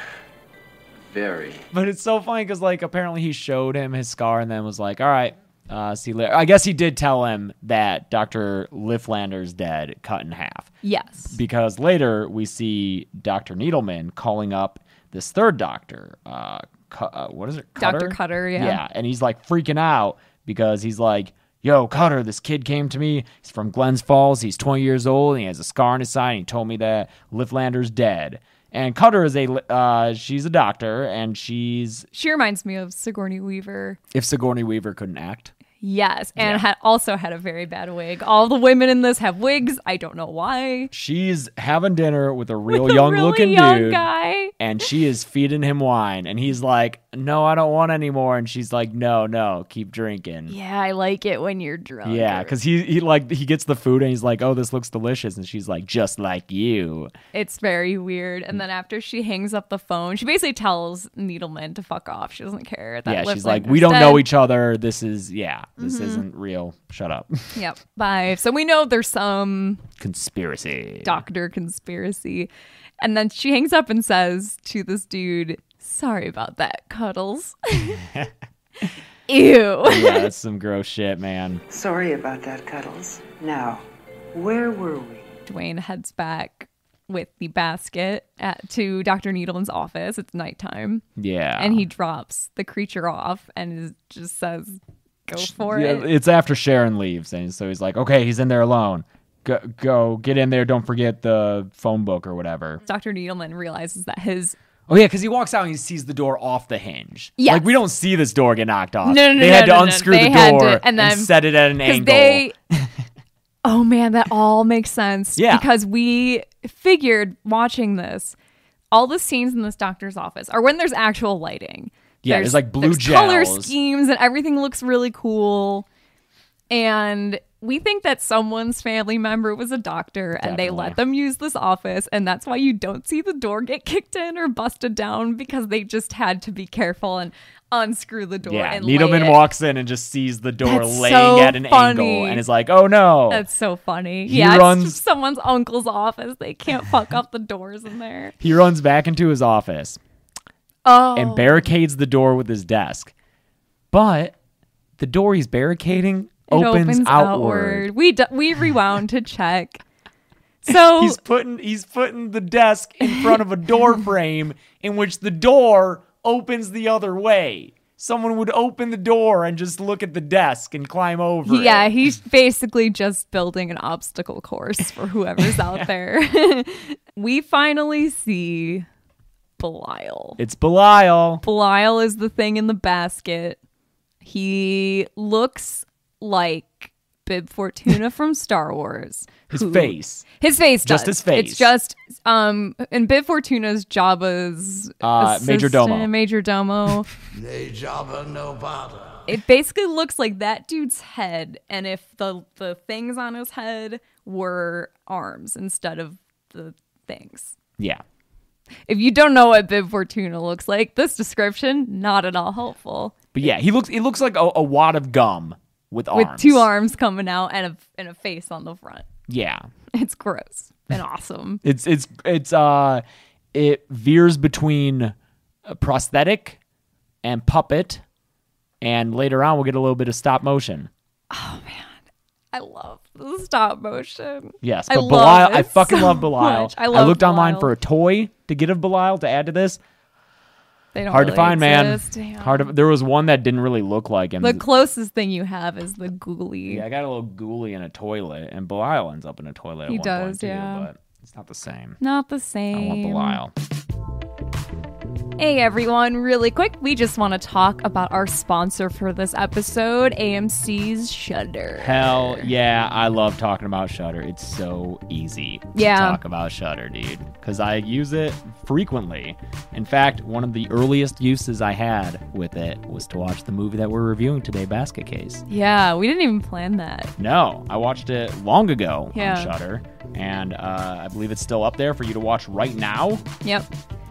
Speaker 9: Very.
Speaker 4: But it's so funny because, like, apparently he showed him his scar and then was like, all right, uh, see you later. I guess he did tell him that Dr. Lifflander's dead, cut in half.
Speaker 5: Yes.
Speaker 4: because later we see Dr. Needleman calling up this third doctor. Uh, Cu- uh, what is it?
Speaker 5: Dr. Cutter, yeah.
Speaker 4: Yeah, and he's like freaking out because he's like, Yo, Cutter, this kid came to me. He's from Glens Falls. He's 20 years old and he has a scar on his side. And he told me that Lifflander's dead. And Cutter is a, li- uh, she's a doctor and she's,
Speaker 5: She reminds me of Sigourney Weaver.
Speaker 4: if Sigourney Weaver couldn't act,
Speaker 5: Yes, and had also had a very bad wig. All the women in this have wigs. I don't know why.
Speaker 4: she's having dinner with a real
Speaker 5: The
Speaker 4: young
Speaker 5: really
Speaker 4: looking
Speaker 5: young
Speaker 4: dude.
Speaker 5: guy.
Speaker 4: and she is feeding him wine and he's like no i don't want any more and she's like no no keep drinking
Speaker 5: Yeah, I like it when you're drunk.
Speaker 4: yeah because he, he like he gets the food and he's like oh this looks delicious and she's like just like you
Speaker 5: It's very weird. And then after she hangs up the phone, she basically tells Needleman to fuck off. She doesn't care. That
Speaker 4: yeah
Speaker 5: Liv
Speaker 4: she's like
Speaker 5: Lander's
Speaker 4: we don't know
Speaker 5: dead."
Speaker 4: each other this is yeah this
Speaker 5: Mm-hmm.
Speaker 4: isn't real shut up
Speaker 5: Yep. Bye. So we know there's some
Speaker 4: conspiracy
Speaker 5: doctor conspiracy. And then she hangs up and says to this dude, Sorry about that, Cuddles. Ew.
Speaker 4: yeah that's some gross shit man
Speaker 8: Sorry about that, Cuddles. Now, where were we?
Speaker 5: Dwayne heads back with the basket at, to Dr. Needleman's office. It's nighttime.
Speaker 4: yeah
Speaker 5: And he drops the creature off and is, just says, Go for
Speaker 4: yeah,
Speaker 5: it.
Speaker 4: it's after sharon leaves and so he's like okay he's in there alone Go, go get in there. Don't forget the phone book or whatever.
Speaker 5: Dr. Needleman realizes that his
Speaker 4: Oh yeah, because he walks out and he sees the door off the hinge.
Speaker 5: Yes.
Speaker 4: like we don't see this door get knocked off.
Speaker 5: No, no, no,
Speaker 4: They had
Speaker 5: no,
Speaker 4: to
Speaker 5: no, no.
Speaker 4: unscrew
Speaker 5: They
Speaker 4: the
Speaker 5: had to-
Speaker 4: door
Speaker 5: and
Speaker 4: and,
Speaker 5: then-
Speaker 4: set it at an
Speaker 5: because
Speaker 4: angle.
Speaker 5: they oh man that all makes sense
Speaker 4: Yeah.
Speaker 5: because we figured watching this all the scenes in this doctor's office are when there's actual lighting
Speaker 4: Yeah, there's, like, blue
Speaker 5: color
Speaker 4: gels.
Speaker 5: schemes and everything looks really cool and we think that someone's family member was a doctor and they let
Speaker 4: Definitely.
Speaker 5: them use this office and that's why you don't see the door get kicked in or busted down because they just had to be careful and unscrew the door
Speaker 4: yeah,
Speaker 5: and
Speaker 4: Needleman
Speaker 5: lay it.
Speaker 4: walks in and just sees the door
Speaker 5: That's
Speaker 4: laying
Speaker 5: so
Speaker 4: at an
Speaker 5: funny.
Speaker 4: angle and is like, "Oh no!"
Speaker 5: That's so funny.
Speaker 4: He
Speaker 5: yeah, it's
Speaker 4: runs-
Speaker 5: just someone's uncle's office. They can't fuck up the doors in there.
Speaker 4: he runs back into his office
Speaker 5: Oh,
Speaker 4: and barricades the door with his desk. But the door he's barricading opens, outward.
Speaker 5: We d- we rewound to check. So
Speaker 4: He's putting he's putting the desk in front of a door frame in which the door opens the other way. Someone would open the door and just look at the desk and climb over.
Speaker 5: yeah,
Speaker 4: it.
Speaker 5: he's basically just building an obstacle course for whoever's out there. we finally see Belial.
Speaker 4: it's Belial.
Speaker 5: Belial is the thing in the basket. He looks like Bib Fortuna from Star Wars.
Speaker 4: His
Speaker 5: who-
Speaker 4: face.
Speaker 5: His face does.
Speaker 4: Just his face.
Speaker 5: It's just um and Bib Fortuna's Jabba's
Speaker 4: Uh,
Speaker 5: assistant,
Speaker 4: majordomo.
Speaker 5: Major Domo. It basically looks like that dude's head, and if the the things on his head were arms instead of the things.
Speaker 4: Yeah.
Speaker 5: If you don't know what Bib Fortuna looks like, this description not at all helpful.
Speaker 4: But yeah, he looks he looks like a, a wad of gum with arms.
Speaker 5: With two arms coming out and a and a face on the front.
Speaker 4: Yeah.
Speaker 5: It's gross and awesome.
Speaker 4: It's it's it's uh it veers between a prosthetic and puppet and later on we'll get a little bit of stop motion.
Speaker 5: I love the stop motion.
Speaker 4: Yes,
Speaker 5: I
Speaker 4: but
Speaker 5: love
Speaker 4: Belial, I
Speaker 5: it
Speaker 4: fucking
Speaker 5: so
Speaker 4: love Belial.
Speaker 5: much. I love
Speaker 4: looked online
Speaker 5: Belial.
Speaker 4: for a toy to get of Belial to add to this.
Speaker 5: They don't
Speaker 4: Hard to
Speaker 5: really
Speaker 4: find, man.
Speaker 5: exist. Damn.
Speaker 4: Hard to, there was one that didn't really look like him.
Speaker 5: The closest thing you have is the ghoulie.
Speaker 4: yeah, I got a little ghoulie in a toilet, and Belial ends up in a toilet.
Speaker 5: He
Speaker 4: at one
Speaker 5: does,
Speaker 4: point too,
Speaker 5: yeah.
Speaker 4: but it's not the same.
Speaker 5: Not the
Speaker 4: I
Speaker 5: same.
Speaker 4: want Belial.
Speaker 5: Hey everyone, really quick, we just want to talk about our sponsor for this episode, AMC's Shudder.
Speaker 4: Hell yeah, I love talking about Shutter. It's so easy to
Speaker 5: Yeah.
Speaker 4: talk about Shutter, dude, because I use it frequently. In fact, one of the earliest uses I had with it was to watch the movie that we're reviewing today, Basket Case.
Speaker 5: Yeah, we didn't even plan that.
Speaker 4: No, I watched it long ago
Speaker 5: Yeah.
Speaker 4: on Shutter, and uh, I believe it's still up there for you to watch right now.
Speaker 5: Yep.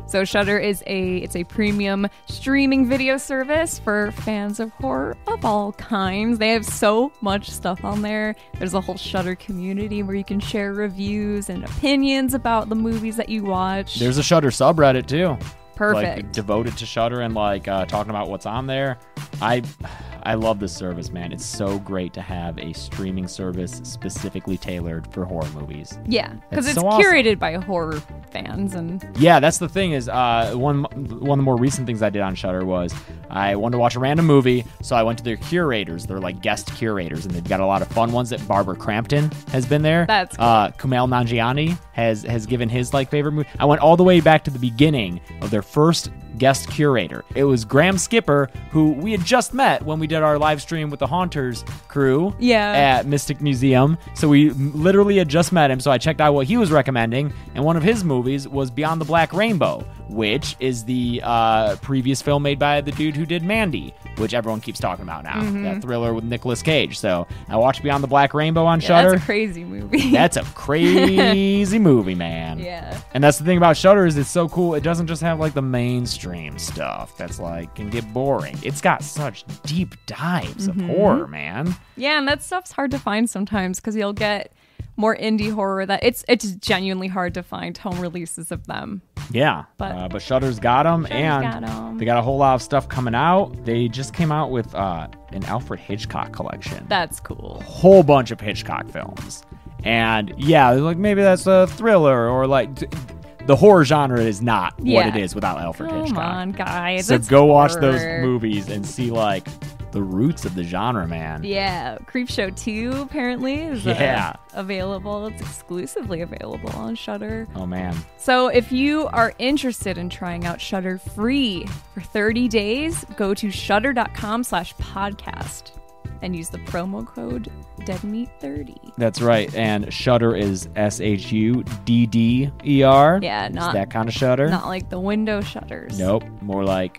Speaker 5: So Shudder is a it's a premium streaming video service for fans of horror of all kinds. They have so much stuff on there. There's a whole Shudder community where you can share reviews and opinions about the movies that you watch.
Speaker 4: There's a Shutter subreddit too, like
Speaker 5: Perfect.
Speaker 4: devoted to Shutter and like uh, talking about what's on there. I I love this service, man. It's so great to have a streaming service specifically tailored for horror movies.
Speaker 5: yeah, because
Speaker 4: It's
Speaker 5: it's
Speaker 4: so awesome.
Speaker 5: curated by horror fans and
Speaker 4: Yeah, that's the thing is uh, one one of the more recent things I did on Shutter was I wanted to watch a random movie, so I went to their curators. They're like guest curators, and they've got a lot of fun ones. That Barbara Crampton has been there.
Speaker 5: That's cool.
Speaker 4: uh, Kumail Nanjiani has has given his like favorite movie. I went all the way back to the beginning of their first guest curator. It was Graham Skipper, who we had just met when we did our live stream with the Haunters crew
Speaker 5: Yeah.
Speaker 4: at Mystic Museum. So we literally had just met him, so I checked out what he was recommending, and one of his movies was Beyond the Black Rainbow, which is the uh, previous film made by the dude who did Mandy, which everyone keeps talking about now,
Speaker 5: Mm-hmm.
Speaker 4: that thriller with Nicolas Cage. So I watched Beyond the Black Rainbow on
Speaker 5: yeah,
Speaker 4: Shutter.
Speaker 5: that's a crazy movie.
Speaker 4: That's a crazy movie, man.
Speaker 5: Yeah.
Speaker 4: And that's the thing about Shudder is it's so cool. It doesn't just have like the mainstream stuff that's like can get boring. It's got such deep dives
Speaker 5: Mm-hmm.
Speaker 4: of horror, man.
Speaker 5: Yeah, and that stuff's hard to find sometimes because you'll get more indie horror that it's it's genuinely hard to find home releases of them.
Speaker 4: Yeah.
Speaker 5: But-
Speaker 4: uh, but Shudder's got them,
Speaker 5: got
Speaker 4: and
Speaker 5: 'em.
Speaker 4: they got a whole lot of stuff coming out. They just came out with uh, an Alfred Hitchcock collection.
Speaker 5: That's cool.
Speaker 4: whole bunch of Hitchcock films. And yeah, like maybe that's a thriller or like t- the horror genre is not
Speaker 5: Yeah.
Speaker 4: what it is without Alfred
Speaker 5: Come
Speaker 4: Hitchcock.
Speaker 5: on, guys.
Speaker 4: So
Speaker 5: it's
Speaker 4: go watch those
Speaker 5: horror.
Speaker 4: movies and see like the roots of the genre, man.
Speaker 5: Yeah, Creepshow 2 apparently is uh,
Speaker 4: Yeah.
Speaker 5: available. It's exclusively available on Shutter.
Speaker 4: Oh man.
Speaker 5: So if you are interested in trying out Shutter free for 30 days, go to shutter.com slash podcast and use the promo code deadmeat30.
Speaker 4: That's right. And Shutter is S H U D D E R.
Speaker 5: Yeah,
Speaker 4: It's
Speaker 5: not-
Speaker 4: that kind of shutter.
Speaker 5: Not like the window shutters.
Speaker 4: Nope. More like,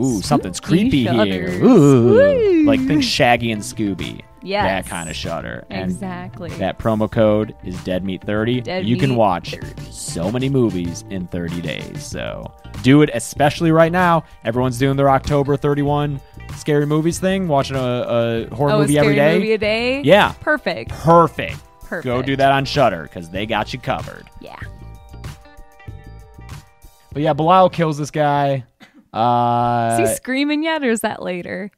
Speaker 4: ooh, something's creepy here.
Speaker 5: shudders.
Speaker 4: Ooh.
Speaker 5: Woo.
Speaker 4: Like think Shaggy and Scooby.
Speaker 5: Yes.
Speaker 4: That kind of shudder. And
Speaker 5: Exactly.
Speaker 4: that promo code is DeadMeat30.
Speaker 5: Dead
Speaker 4: you can
Speaker 5: Meat
Speaker 4: watch so many movies in 30 days. So do it, especially right now. Everyone's doing their October 31 scary movies thing, watching a, a horror
Speaker 5: oh,
Speaker 4: movie
Speaker 5: a scary
Speaker 4: every day.
Speaker 5: movie a day?
Speaker 4: Yeah.
Speaker 5: Perfect.
Speaker 4: Perfect. Go
Speaker 5: Perfect.
Speaker 4: do that on Shutter because they got you covered.
Speaker 5: Yeah.
Speaker 4: But yeah, Belial kills this guy. Uh,
Speaker 5: Is he screaming yet or is that later?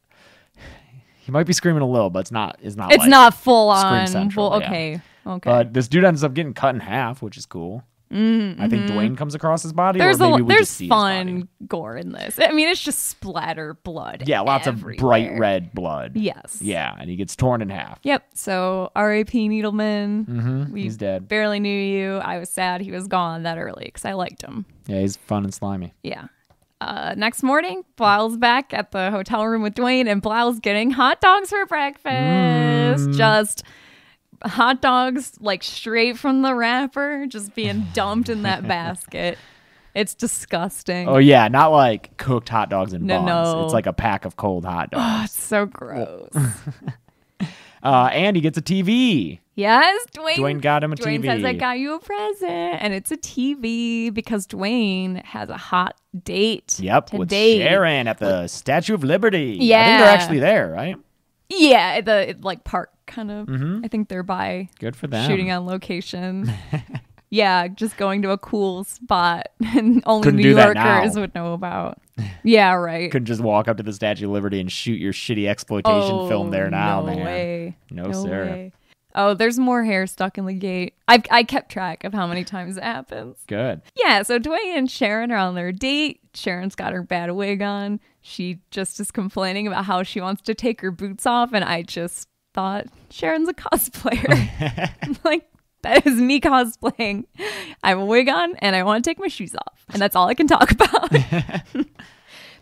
Speaker 4: he might be screaming a little, but it's not. It's not.
Speaker 5: It's
Speaker 4: like-
Speaker 5: not full on.
Speaker 4: Central,
Speaker 5: full-
Speaker 4: yeah.
Speaker 5: okay. Okay.
Speaker 4: But this dude ends up getting cut in half, which is cool. I think Dwayne comes across his body.
Speaker 5: Mm-hmm. there's
Speaker 4: or
Speaker 5: a
Speaker 4: maybe
Speaker 5: lo-
Speaker 4: we just
Speaker 5: there's
Speaker 4: see his body.
Speaker 5: fun gore in this. I mean, it's just splatter blood.
Speaker 4: Yeah, lots of bright
Speaker 5: everywhere.
Speaker 4: red blood.
Speaker 5: Yes.
Speaker 4: Yeah, and he gets torn in half.
Speaker 5: Yep. So R.A.P. Needleman. We
Speaker 4: Mm-hmm, he's dead.
Speaker 5: Barely knew you. I was sad he was gone that early because I liked him.
Speaker 4: Yeah, he's fun and slimy.
Speaker 5: Yeah. Uh, next morning, Blile's back at the hotel room with Dwayne, and Blile's getting hot dogs for
Speaker 4: Mm.
Speaker 5: breakfast. Just hot dogs, like straight from the wrapper, just being dumped in that basket. It's disgusting.
Speaker 4: Oh yeah, not like cooked hot dogs and
Speaker 5: No,
Speaker 4: buns.
Speaker 5: no.
Speaker 4: It's like a pack of cold hot dogs.
Speaker 5: It's so gross.
Speaker 4: uh, and he gets a TV.
Speaker 5: yes, Dwayne.
Speaker 4: Dwayne got him a
Speaker 5: Dwayne
Speaker 4: TV.
Speaker 5: says, I got you a present. And it's a TV because Dwayne has a hot date.
Speaker 4: Yep, with
Speaker 5: Today.
Speaker 4: Sharon at the Statue of Liberty. I think
Speaker 5: Yeah.
Speaker 4: they're actually there, right?
Speaker 5: Yeah, the like park kind of. I think they're by
Speaker 4: Mm-hmm. Good for them.
Speaker 5: shooting on location. yeah, just going to a cool spot and only
Speaker 4: Couldn't
Speaker 5: New
Speaker 4: do that
Speaker 5: Yorkers
Speaker 4: now.
Speaker 5: would know about. Yeah, right.
Speaker 4: Couldn't just walk up to the Statue of Liberty and shoot your shitty exploitation film there now,
Speaker 5: Oh, no
Speaker 4: man.
Speaker 5: Way.
Speaker 4: No, sir.
Speaker 5: way. Oh, there's more hair stuck in the gate. I've, I kept track of how many times it happens.
Speaker 4: Good.
Speaker 5: Yeah, so Dwayne and Sharon are on their date. Sharon's got her bad wig on. She just is complaining about how she wants to take her boots off, and I just thought Sharon's a cosplayer. like that is me cosplaying. I have a wig on, and I want to take my shoes off, and that's all I can talk about.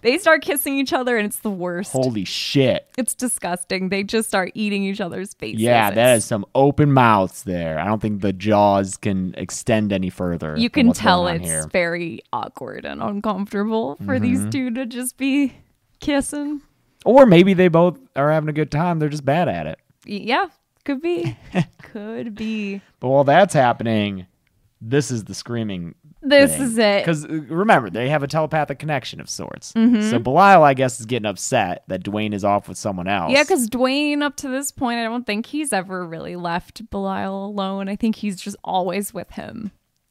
Speaker 5: they start kissing each other, and it's the worst.
Speaker 4: Holy shit.
Speaker 5: it's disgusting. They just start eating each other's faces.
Speaker 4: Yeah, that
Speaker 5: It's-
Speaker 4: is some open mouths there. I don't think the jaws can extend any further.
Speaker 5: You
Speaker 4: than
Speaker 5: can
Speaker 4: what's
Speaker 5: tell
Speaker 4: going on
Speaker 5: it's
Speaker 4: here.
Speaker 5: very awkward and uncomfortable for these two to just be kissing.
Speaker 4: Or maybe they both are having a good time. They're just bad at it.
Speaker 5: Y- Yeah, could be. could be.
Speaker 4: But while that's happening, this is the screaming.
Speaker 5: This is it.
Speaker 4: Because uh, remember, they have a telepathic connection of sorts.
Speaker 5: Mm-hmm.
Speaker 4: So Belial, I guess, is getting upset that Dwayne is off with someone else.
Speaker 5: Yeah, because Dwayne, up to this point, I don't think he's ever really left Belial alone. I think he's just always with him.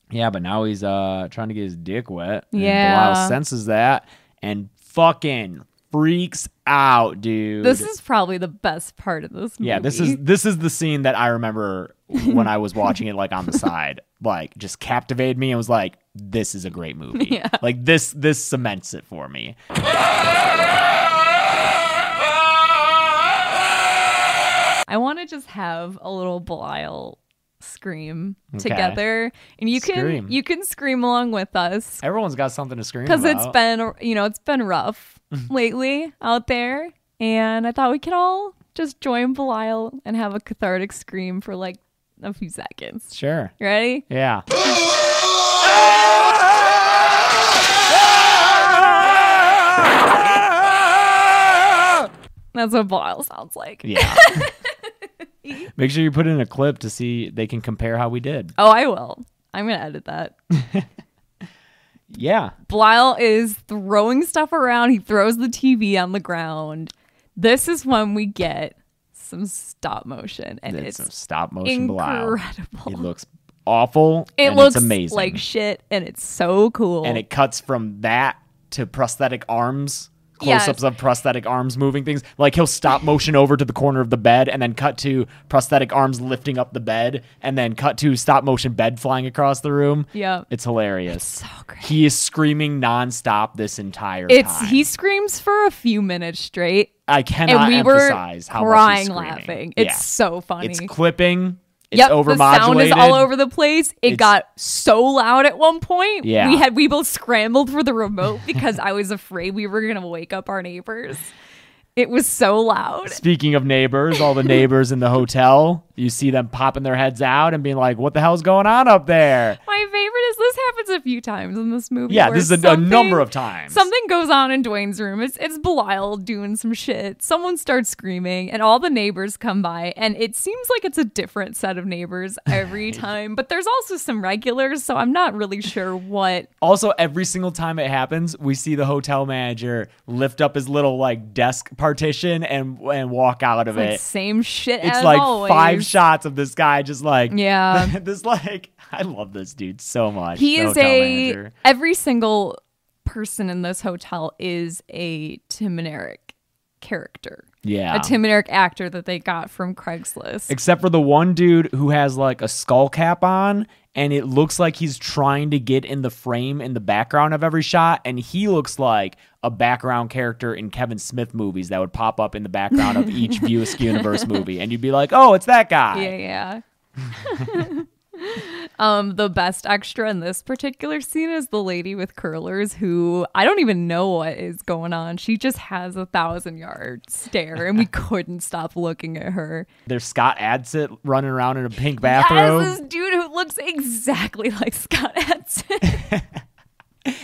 Speaker 4: Yeah, but now he's uh trying to get his dick wet. and
Speaker 5: Yeah.
Speaker 4: Belial senses that and fucking freaks out, dude.
Speaker 5: This is probably the best part of this movie.
Speaker 4: Yeah, this is this is the scene that I remember when I was watching it like on the side. Like just captivated me and was like, this is a great movie. Yeah. Like this this cements it for me.
Speaker 5: I want to just have a little Belial scream
Speaker 4: Okay.
Speaker 5: together, and you can
Speaker 4: Scream.
Speaker 5: you can scream along with us.
Speaker 4: Everyone's got something to scream
Speaker 5: because it's
Speaker 4: about.
Speaker 5: been you know it's been rough lately out there and i thought we could all just join belial and have a cathartic scream for like a few seconds
Speaker 4: Sure.
Speaker 5: you ready
Speaker 4: Yeah.
Speaker 5: that's what belial sounds like
Speaker 4: Yeah. Make sure you put in a clip to see they can compare how we did.
Speaker 5: oh i will i'm gonna edit that
Speaker 4: Yeah.
Speaker 5: belial is throwing stuff around he throws the tv on the ground this is when we get some stop motion and
Speaker 4: It's,
Speaker 5: it's,
Speaker 4: some stop motion Belial.
Speaker 5: incredible
Speaker 4: It looks awful.
Speaker 5: it
Speaker 4: and
Speaker 5: looks
Speaker 4: it's amazing.
Speaker 5: like shit and it's so cool
Speaker 4: and it cuts from that to prosthetic arms
Speaker 5: Yes.
Speaker 4: close-ups of prosthetic arms moving things. Like he'll stop motion over to the corner of the bed and then cut to prosthetic arms lifting up the bed and then cut to stop motion bed flying across the room.
Speaker 5: Yep.
Speaker 4: It's hilarious. He is screaming nonstop this entire
Speaker 5: It's
Speaker 4: time.
Speaker 5: he screams for a few minutes straight.
Speaker 4: I cannot
Speaker 5: and we were
Speaker 4: emphasize how much he's
Speaker 5: crying
Speaker 4: screaming.
Speaker 5: laughing. It's
Speaker 4: Yeah.
Speaker 5: so funny.
Speaker 4: It's clipping. It's
Speaker 5: yep,
Speaker 4: over
Speaker 5: the sound is all over the place. It
Speaker 4: It's-
Speaker 5: got so loud at one point.
Speaker 4: Yeah.
Speaker 5: we had we both scrambled for the remote because I was afraid we were gonna wake up our neighbors. It was so loud.
Speaker 4: Speaking of neighbors, all the neighbors in the hotel, you see them popping their heads out and being like, "What the hell's going on up there?"
Speaker 5: My favorite is this happens a few times in this movie.
Speaker 4: Yeah,
Speaker 5: where
Speaker 4: this is a- a,
Speaker 5: something-
Speaker 4: number of times.
Speaker 5: Something goes on in Dwayne's room. It's it's Belial doing some shit. Someone starts screaming, and all the neighbors come by, and it seems like it's a different set of neighbors every time. But there's also some regulars, so I'm not really sure what.
Speaker 4: Also, every single time it happens, we see the hotel manager lift up his little like desk partition and and walk out of
Speaker 5: Like
Speaker 4: it.
Speaker 5: same shit
Speaker 4: It's
Speaker 5: as
Speaker 4: like
Speaker 5: always.
Speaker 4: five shots of this guy just like
Speaker 5: Yeah.
Speaker 4: this like I love this dude so much.
Speaker 5: He
Speaker 4: the
Speaker 5: is a
Speaker 4: hotel manager.
Speaker 5: every single person in this hotel is a Tim and Eric character.
Speaker 4: Yeah.
Speaker 5: a Tim and Eric actor that they got from Craigslist.
Speaker 4: except for the one dude who has like a skull cap on and it looks like he's trying to get in the frame in the background of every shot and he looks like a background character in Kevin Smith movies that would pop up in the background of each Buick universe movie and you'd be like, "Oh, it's that guy."
Speaker 5: Yeah, yeah. um, the best extra in this particular scene is the lady with curlers who I don't even know what is going on. She just has a thousand yard stare, and we couldn't stop looking at her.
Speaker 4: There's Scott Adsit running around in a pink
Speaker 5: As
Speaker 4: bathrobe
Speaker 5: this dude who looks exactly like Scott Edson.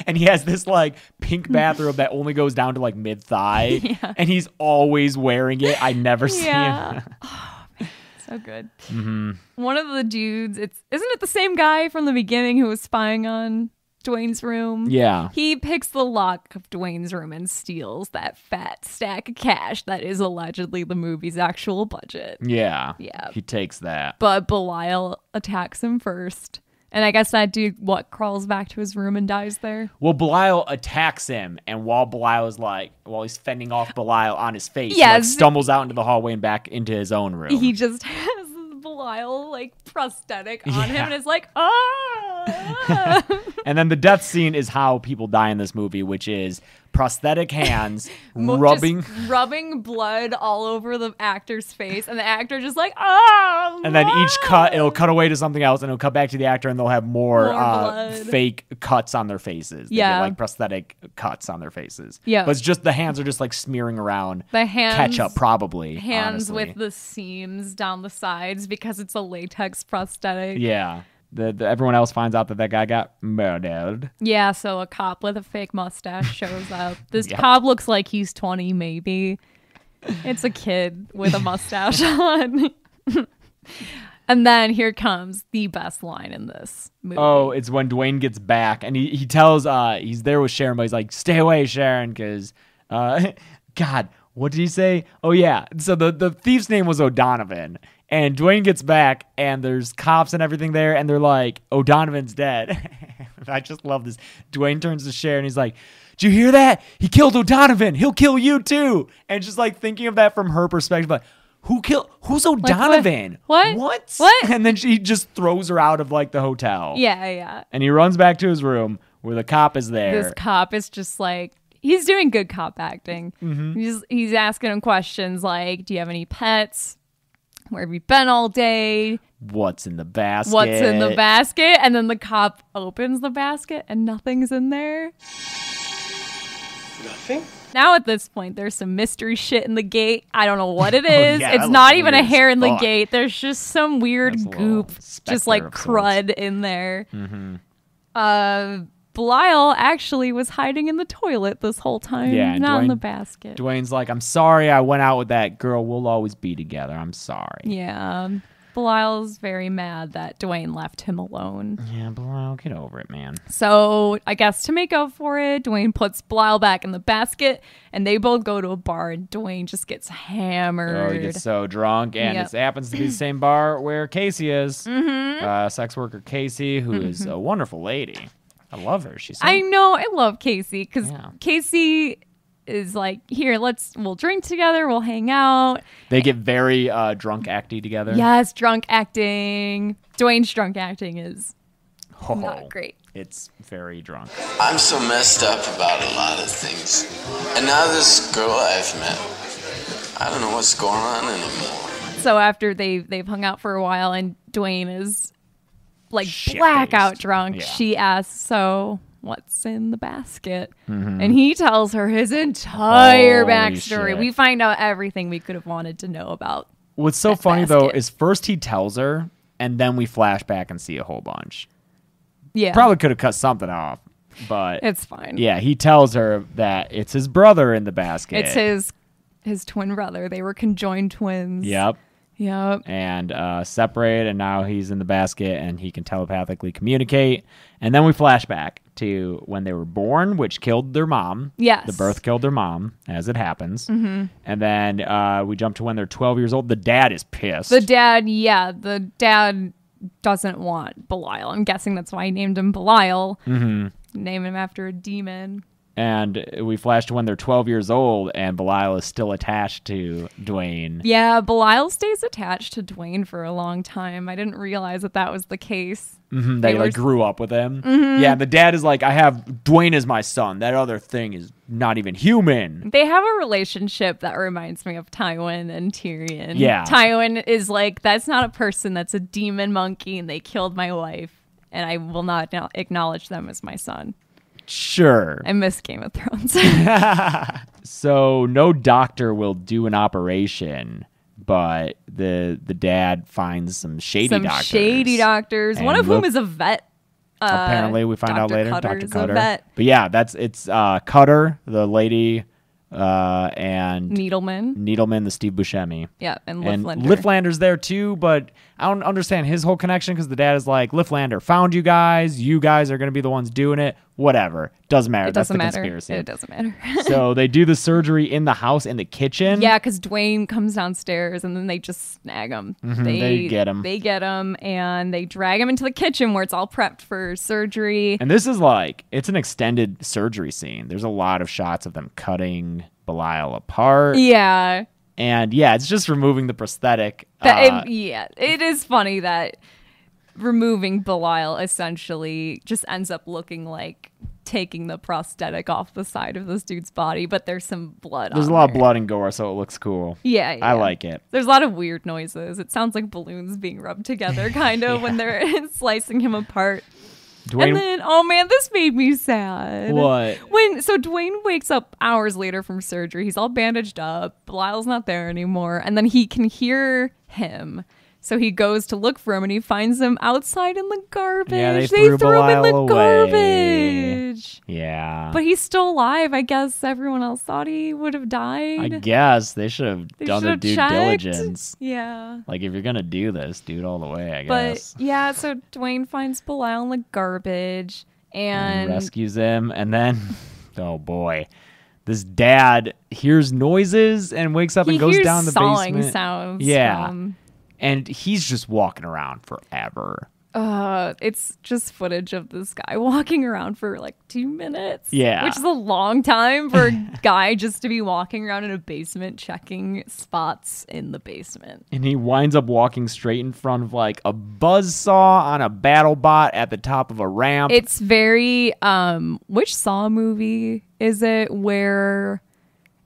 Speaker 4: and he has this like pink bathrobe that only goes down to like mid thigh and he's always wearing it. I never see him.
Speaker 5: yeah. Oh, man, so good.
Speaker 4: Mm-hmm.
Speaker 5: One of the dudes, it's isn't it the same guy from the beginning who was spying on Dwayne's room?
Speaker 4: Yeah.
Speaker 5: He picks the lock of Dwayne's room and steals that fat stack of cash that is allegedly the movie's actual budget.
Speaker 4: Yeah.
Speaker 5: Yeah.
Speaker 4: He takes that.
Speaker 5: But Belial attacks him first. And I guess that dude, what, crawls back to his room and dies there?
Speaker 4: Well, Belial attacks him, and while Belial is like, while he's fending off Belial on his face, he like
Speaker 5: Yes.
Speaker 4: stumbles out into the hallway and back into his own room.
Speaker 5: He just has this Belial, like, prosthetic on
Speaker 4: Yeah.
Speaker 5: him and is like, ah!
Speaker 4: and then the death scene is how people die in this movie, which is prosthetic hands
Speaker 5: Mo- just
Speaker 4: rubbing,
Speaker 5: rubbing blood all over the actor's face, and the actor just like, ah!
Speaker 4: and then each
Speaker 5: no!"
Speaker 4: cut it'll cut away to something else, and it'll cut back to the actor, and they'll have more,
Speaker 5: More
Speaker 4: uh,
Speaker 5: blood.
Speaker 4: fake cuts on their faces. They get,
Speaker 5: Yeah.
Speaker 4: like prosthetic cuts on their faces.
Speaker 5: Yeah.
Speaker 4: but it's just the hands are just like smearing around
Speaker 5: The hands-
Speaker 4: ketchup, probably
Speaker 5: hands
Speaker 4: honestly.
Speaker 5: with the seams down the sides because it's a latex prosthetic.
Speaker 4: Yeah. The, the, everyone else finds out that that guy got murdered.
Speaker 5: Yeah, so a cop with a fake mustache shows up. This cop looks like he's 20, maybe. It's a kid with a mustache on. and then here comes the best line in this movie.
Speaker 4: Oh, it's when Dwayne gets back and he, he tells, uh, he's there with Sharon, but he's like, stay away, Sharon, because, uh, God, what did he say? Oh, yeah. So the, the thief's name was O'Donovan. And Dwayne gets back and there's cops and everything there, and they're like, O'Donovan's dead. I just love this. Dwayne turns to Sharon, he's like, Did you hear that? He killed O'Donovan. He'll kill you too. And just like thinking of that from her perspective, like, who killed? Who's O'Donovan?
Speaker 5: What?
Speaker 4: What?
Speaker 5: What?
Speaker 4: And then she just throws her out of like the hotel.
Speaker 5: Yeah, yeah.
Speaker 4: And he runs back to his room where the cop is there.
Speaker 5: This cop is just like, he's doing good cop acting. He's, he's asking him questions like, do you have any pets? Where have you been all day?
Speaker 4: What's in the basket?
Speaker 5: what's in the basket and then the cop opens the basket and nothing's in there
Speaker 9: Nothing?
Speaker 5: now at this point there's some mystery shit in the gate i don't know what it
Speaker 4: Oh,
Speaker 5: is
Speaker 4: yeah, that
Speaker 5: it's
Speaker 4: looks
Speaker 5: not even a
Speaker 4: weird as
Speaker 5: hair in the
Speaker 4: fuck.
Speaker 5: gate there's just some weird
Speaker 4: That's a little
Speaker 5: goop just like
Speaker 4: specter of sorts. Mm-hmm.
Speaker 5: crud in there uh Belial actually was hiding in the toilet this whole time,
Speaker 4: Yeah, and
Speaker 5: not in
Speaker 4: Dwayne-
Speaker 5: the basket.
Speaker 4: Dwayne's like, I'm sorry I went out with that girl. We'll always be together. I'm sorry.
Speaker 5: yeah, Belial's very mad that Dwayne left him alone.
Speaker 4: Yeah, but well, get over it, man.
Speaker 5: So I guess to make up for it, Dwayne puts Blyle back in the basket, and they both go to a bar, and Dwayne just gets
Speaker 4: Oh,
Speaker 5: hammered.
Speaker 4: he gets so drunk, and
Speaker 5: Yep. Mm-hmm.
Speaker 4: it happens to be the same bar where Casey is. Uh, sex worker Casey, who is a wonderful lady. I love her. She's so
Speaker 5: I know. I love Casey because
Speaker 4: Yeah.
Speaker 5: Casey is like, here, let's we'll drink together, we'll hang out.
Speaker 4: They get very uh, drunk acty together.
Speaker 5: Yes, drunk acting. Dwayne's drunk acting is
Speaker 4: Oh,
Speaker 5: not great.
Speaker 4: It's very drunk.
Speaker 11: I'm so messed up about a lot of things. And now this girl I've met, I don't know what's going on anymore.
Speaker 5: So after they they've hung out for a while and Dwayne is like blackout drunk,
Speaker 11: Yeah.
Speaker 5: she asks, "So what's in the basket?"
Speaker 11: Mhm.
Speaker 5: And he tells her his entire
Speaker 4: Mm-hmm. Holy
Speaker 5: backstory.
Speaker 4: shit.
Speaker 5: We find out everything we could have wanted to know about.
Speaker 4: What's so funny though is first he tells her, and then we flash back and see a whole bunch.
Speaker 5: Yeah,
Speaker 4: Probably could have cut something off, but
Speaker 5: It's fine.
Speaker 4: Yeah, he tells her that it's his brother in the basket.
Speaker 5: it's his his twin brother. They were conjoined twins.
Speaker 4: Yep.
Speaker 5: Yep.
Speaker 4: And uh, separate, and now he's in the basket, and he can telepathically communicate. And then we flash back to when they were born, which killed their mom.
Speaker 5: Yes.
Speaker 4: the birth killed their mom, as it happens.
Speaker 5: Mhm.
Speaker 4: And then uh, we jump to when they're 12 years old. The dad is pissed.
Speaker 5: The dad, yeah, the dad doesn't want Belial. I'm guessing that's why he named him Belial.
Speaker 4: hmm
Speaker 5: Name him after a demon.
Speaker 4: And we flash to when they're 12 years old, and Belial is still attached to Dwayne.
Speaker 5: Yeah, Belial stays attached to Dwayne for a long time. I didn't realize that that was the case.
Speaker 4: hmm They,
Speaker 5: They were
Speaker 4: like
Speaker 5: s-
Speaker 4: grew up with him.
Speaker 5: Mhm.
Speaker 4: Yeah, the dad is like, I have Dwayne is my son. That other thing is not even human.
Speaker 5: They have a relationship that reminds me of Tywin and Tyrion.
Speaker 4: Yeah.
Speaker 5: Tywin is like, that's not a person, that's a demon monkey, and they killed my wife, and I will not now- acknowledge them as my son.
Speaker 4: Sure.
Speaker 5: I miss Game of Thrones.
Speaker 4: So no doctor will do an operation, but the the dad finds some shady
Speaker 5: Some
Speaker 4: doctors.
Speaker 5: shady doctors, one
Speaker 4: And
Speaker 5: of
Speaker 4: look-
Speaker 5: whom is a vet. Uh,
Speaker 4: apparently we find out
Speaker 5: Dr.
Speaker 4: later
Speaker 5: Cutter
Speaker 4: Dr.
Speaker 5: is a
Speaker 4: Cutter.
Speaker 5: vet.
Speaker 4: But yeah, that's it's uh, Cutter, the lady, uh, and
Speaker 5: Needleman.
Speaker 4: Needleman, the Steve Buscemi.
Speaker 5: Yeah, and
Speaker 4: And
Speaker 5: Lifflander.
Speaker 4: Lifflander's there too, but I don't understand his whole connection because the dad is like, Lifflander found you guys. You guys are going to be the ones doing it. Whatever. Doesn't matter.
Speaker 5: It
Speaker 4: That's
Speaker 5: doesn't
Speaker 4: the
Speaker 5: matter.
Speaker 4: conspiracy.
Speaker 5: It doesn't matter.
Speaker 4: so they do the surgery in the house, in the kitchen.
Speaker 5: Yeah, because Dwayne comes downstairs and then they just snag him.
Speaker 4: Mhm, they get him.
Speaker 5: They get him and they drag him into the kitchen where it's all prepped for surgery.
Speaker 4: And this is like, it's an extended surgery scene. There's a lot of shots of them cutting Belial apart.
Speaker 5: yeah.
Speaker 4: And yeah, it's just removing the prosthetic.
Speaker 5: That,
Speaker 4: uh,
Speaker 5: it, yeah. It is funny that removing Belial essentially just ends up looking like taking the prosthetic off the side of this dude's body, but there's some blood
Speaker 4: there's
Speaker 5: on
Speaker 4: a lot
Speaker 5: there.
Speaker 4: of blood and gore, so it looks cool.
Speaker 5: Yeah, yeah.
Speaker 4: I like it.
Speaker 5: There's a lot of weird noises. It sounds like balloons being rubbed together, kind of, when they're slicing him apart.
Speaker 4: Dwayne-
Speaker 5: And then, oh man, this made me sad.
Speaker 4: What?
Speaker 5: When so Dwayne wakes up hours later from surgery, he's all bandaged up. Lyle's not there anymore, and then he can hear him. So he goes to look for him, and he finds him outside in the garbage.
Speaker 4: Yeah, they threw,
Speaker 5: him in the
Speaker 4: Belial away.
Speaker 5: garbage.
Speaker 4: Yeah.
Speaker 5: But he's still alive. I guess everyone else thought he would have died.
Speaker 4: I guess they should have
Speaker 5: They
Speaker 4: done their
Speaker 5: should've
Speaker 4: due
Speaker 5: checked.
Speaker 4: diligence.
Speaker 5: Yeah.
Speaker 4: Like if you're gonna do this, do it all the way. I
Speaker 5: But
Speaker 4: guess.
Speaker 5: yeah, so Dwayne finds Belial in the garbage
Speaker 4: And
Speaker 5: and
Speaker 4: rescues him, and then, oh boy, this dad hears noises and wakes up
Speaker 5: He
Speaker 4: and goes
Speaker 5: hears
Speaker 4: down the
Speaker 5: sawing
Speaker 4: basement.
Speaker 5: sounds
Speaker 4: Yeah.
Speaker 5: from-
Speaker 4: And he's just walking around forever.
Speaker 5: uh, it's just footage of this guy walking around for like two minutes.
Speaker 4: Yeah.
Speaker 5: Which is a long time for a guy just to be walking around in a basement checking spots in the basement.
Speaker 4: And he winds up walking straight in front of like a buzz saw on a battle bot at the top of a ramp.
Speaker 5: It's very um which Saw movie is it where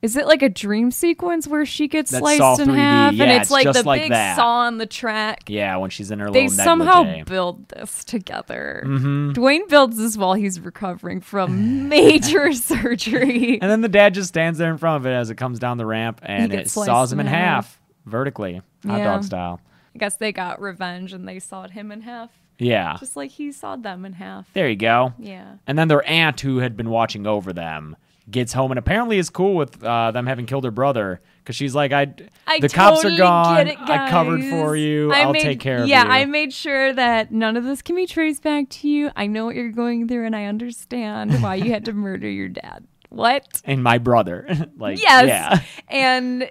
Speaker 5: is it like a dream sequence where she gets
Speaker 4: That's
Speaker 5: sliced
Speaker 4: Saw
Speaker 5: in
Speaker 4: 3D.
Speaker 5: half
Speaker 4: Yeah,
Speaker 5: and it's,
Speaker 4: it's
Speaker 5: like
Speaker 4: just
Speaker 5: the
Speaker 4: like
Speaker 5: big
Speaker 4: that.
Speaker 5: saw on the track?
Speaker 4: yeah, when she's in her
Speaker 5: They
Speaker 4: little
Speaker 5: somehow
Speaker 4: negligee.
Speaker 5: build this together.
Speaker 4: Mhm.
Speaker 5: Dwayne builds this while he's recovering from major surgery.
Speaker 4: And then the dad just stands there in front of it as it comes down the ramp and it
Speaker 5: gets sliced
Speaker 4: saws him in
Speaker 5: in
Speaker 4: half,
Speaker 5: half.
Speaker 4: vertically, hot
Speaker 5: Yeah.
Speaker 4: dog style.
Speaker 5: I guess they got revenge and they sawed him in half.
Speaker 4: Yeah.
Speaker 5: Just like he sawed them in half.
Speaker 4: There you go.
Speaker 5: Yeah.
Speaker 4: And then their aunt, who had been watching over them, gets home and apparently is cool with uh, them having killed her brother because she's like, "I,
Speaker 5: I
Speaker 4: the cops
Speaker 5: totally
Speaker 4: are gone.
Speaker 5: Get it,
Speaker 4: I covered
Speaker 5: guys.
Speaker 4: for you.
Speaker 5: I
Speaker 4: will
Speaker 5: made-
Speaker 4: take care of
Speaker 5: yeah,
Speaker 4: you."
Speaker 5: I made sure that none of this can be traced back to you. I know what you're going through and I understand why you had to murder your dad. What?
Speaker 4: and my brother, like,
Speaker 5: yes.
Speaker 4: yeah,
Speaker 5: And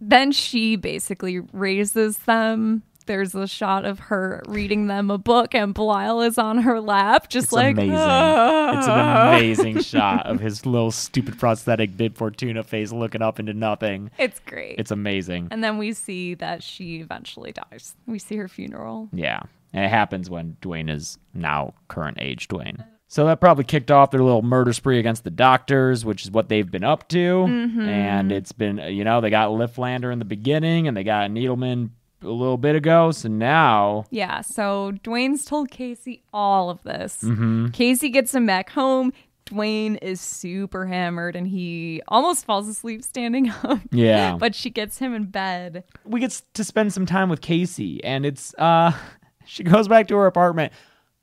Speaker 5: then she basically raises them there's a shot of her reading them a book, and Blyle is on her lap, just
Speaker 4: It's
Speaker 5: like
Speaker 4: amazing.
Speaker 5: "Ah."
Speaker 4: It's an amazing shot of his little stupid prosthetic Bib Fortuna face looking up into nothing.
Speaker 5: It's great.
Speaker 4: It's amazing.
Speaker 5: and then we see that she eventually dies. We see her funeral.
Speaker 4: Yeah. And it happens when Dwayne is now current age Dwayne. So that probably kicked off their little murder spree against the doctors, which is what they've been up to. Mm-hmm.
Speaker 5: Mhm.
Speaker 4: And it's been, you know, they got Liflander in the beginning and they got Needleman a little bit ago. So now,
Speaker 5: Yeah, so Dwayne's told Casey all of this.
Speaker 4: Mhm.
Speaker 5: Casey gets him back home. Dwayne is super hammered and he almost falls asleep standing up.
Speaker 4: Yeah.
Speaker 5: but she gets him in bed.
Speaker 4: we get s- to spend some time with Casey. And it's, uh, she goes back to her apartment.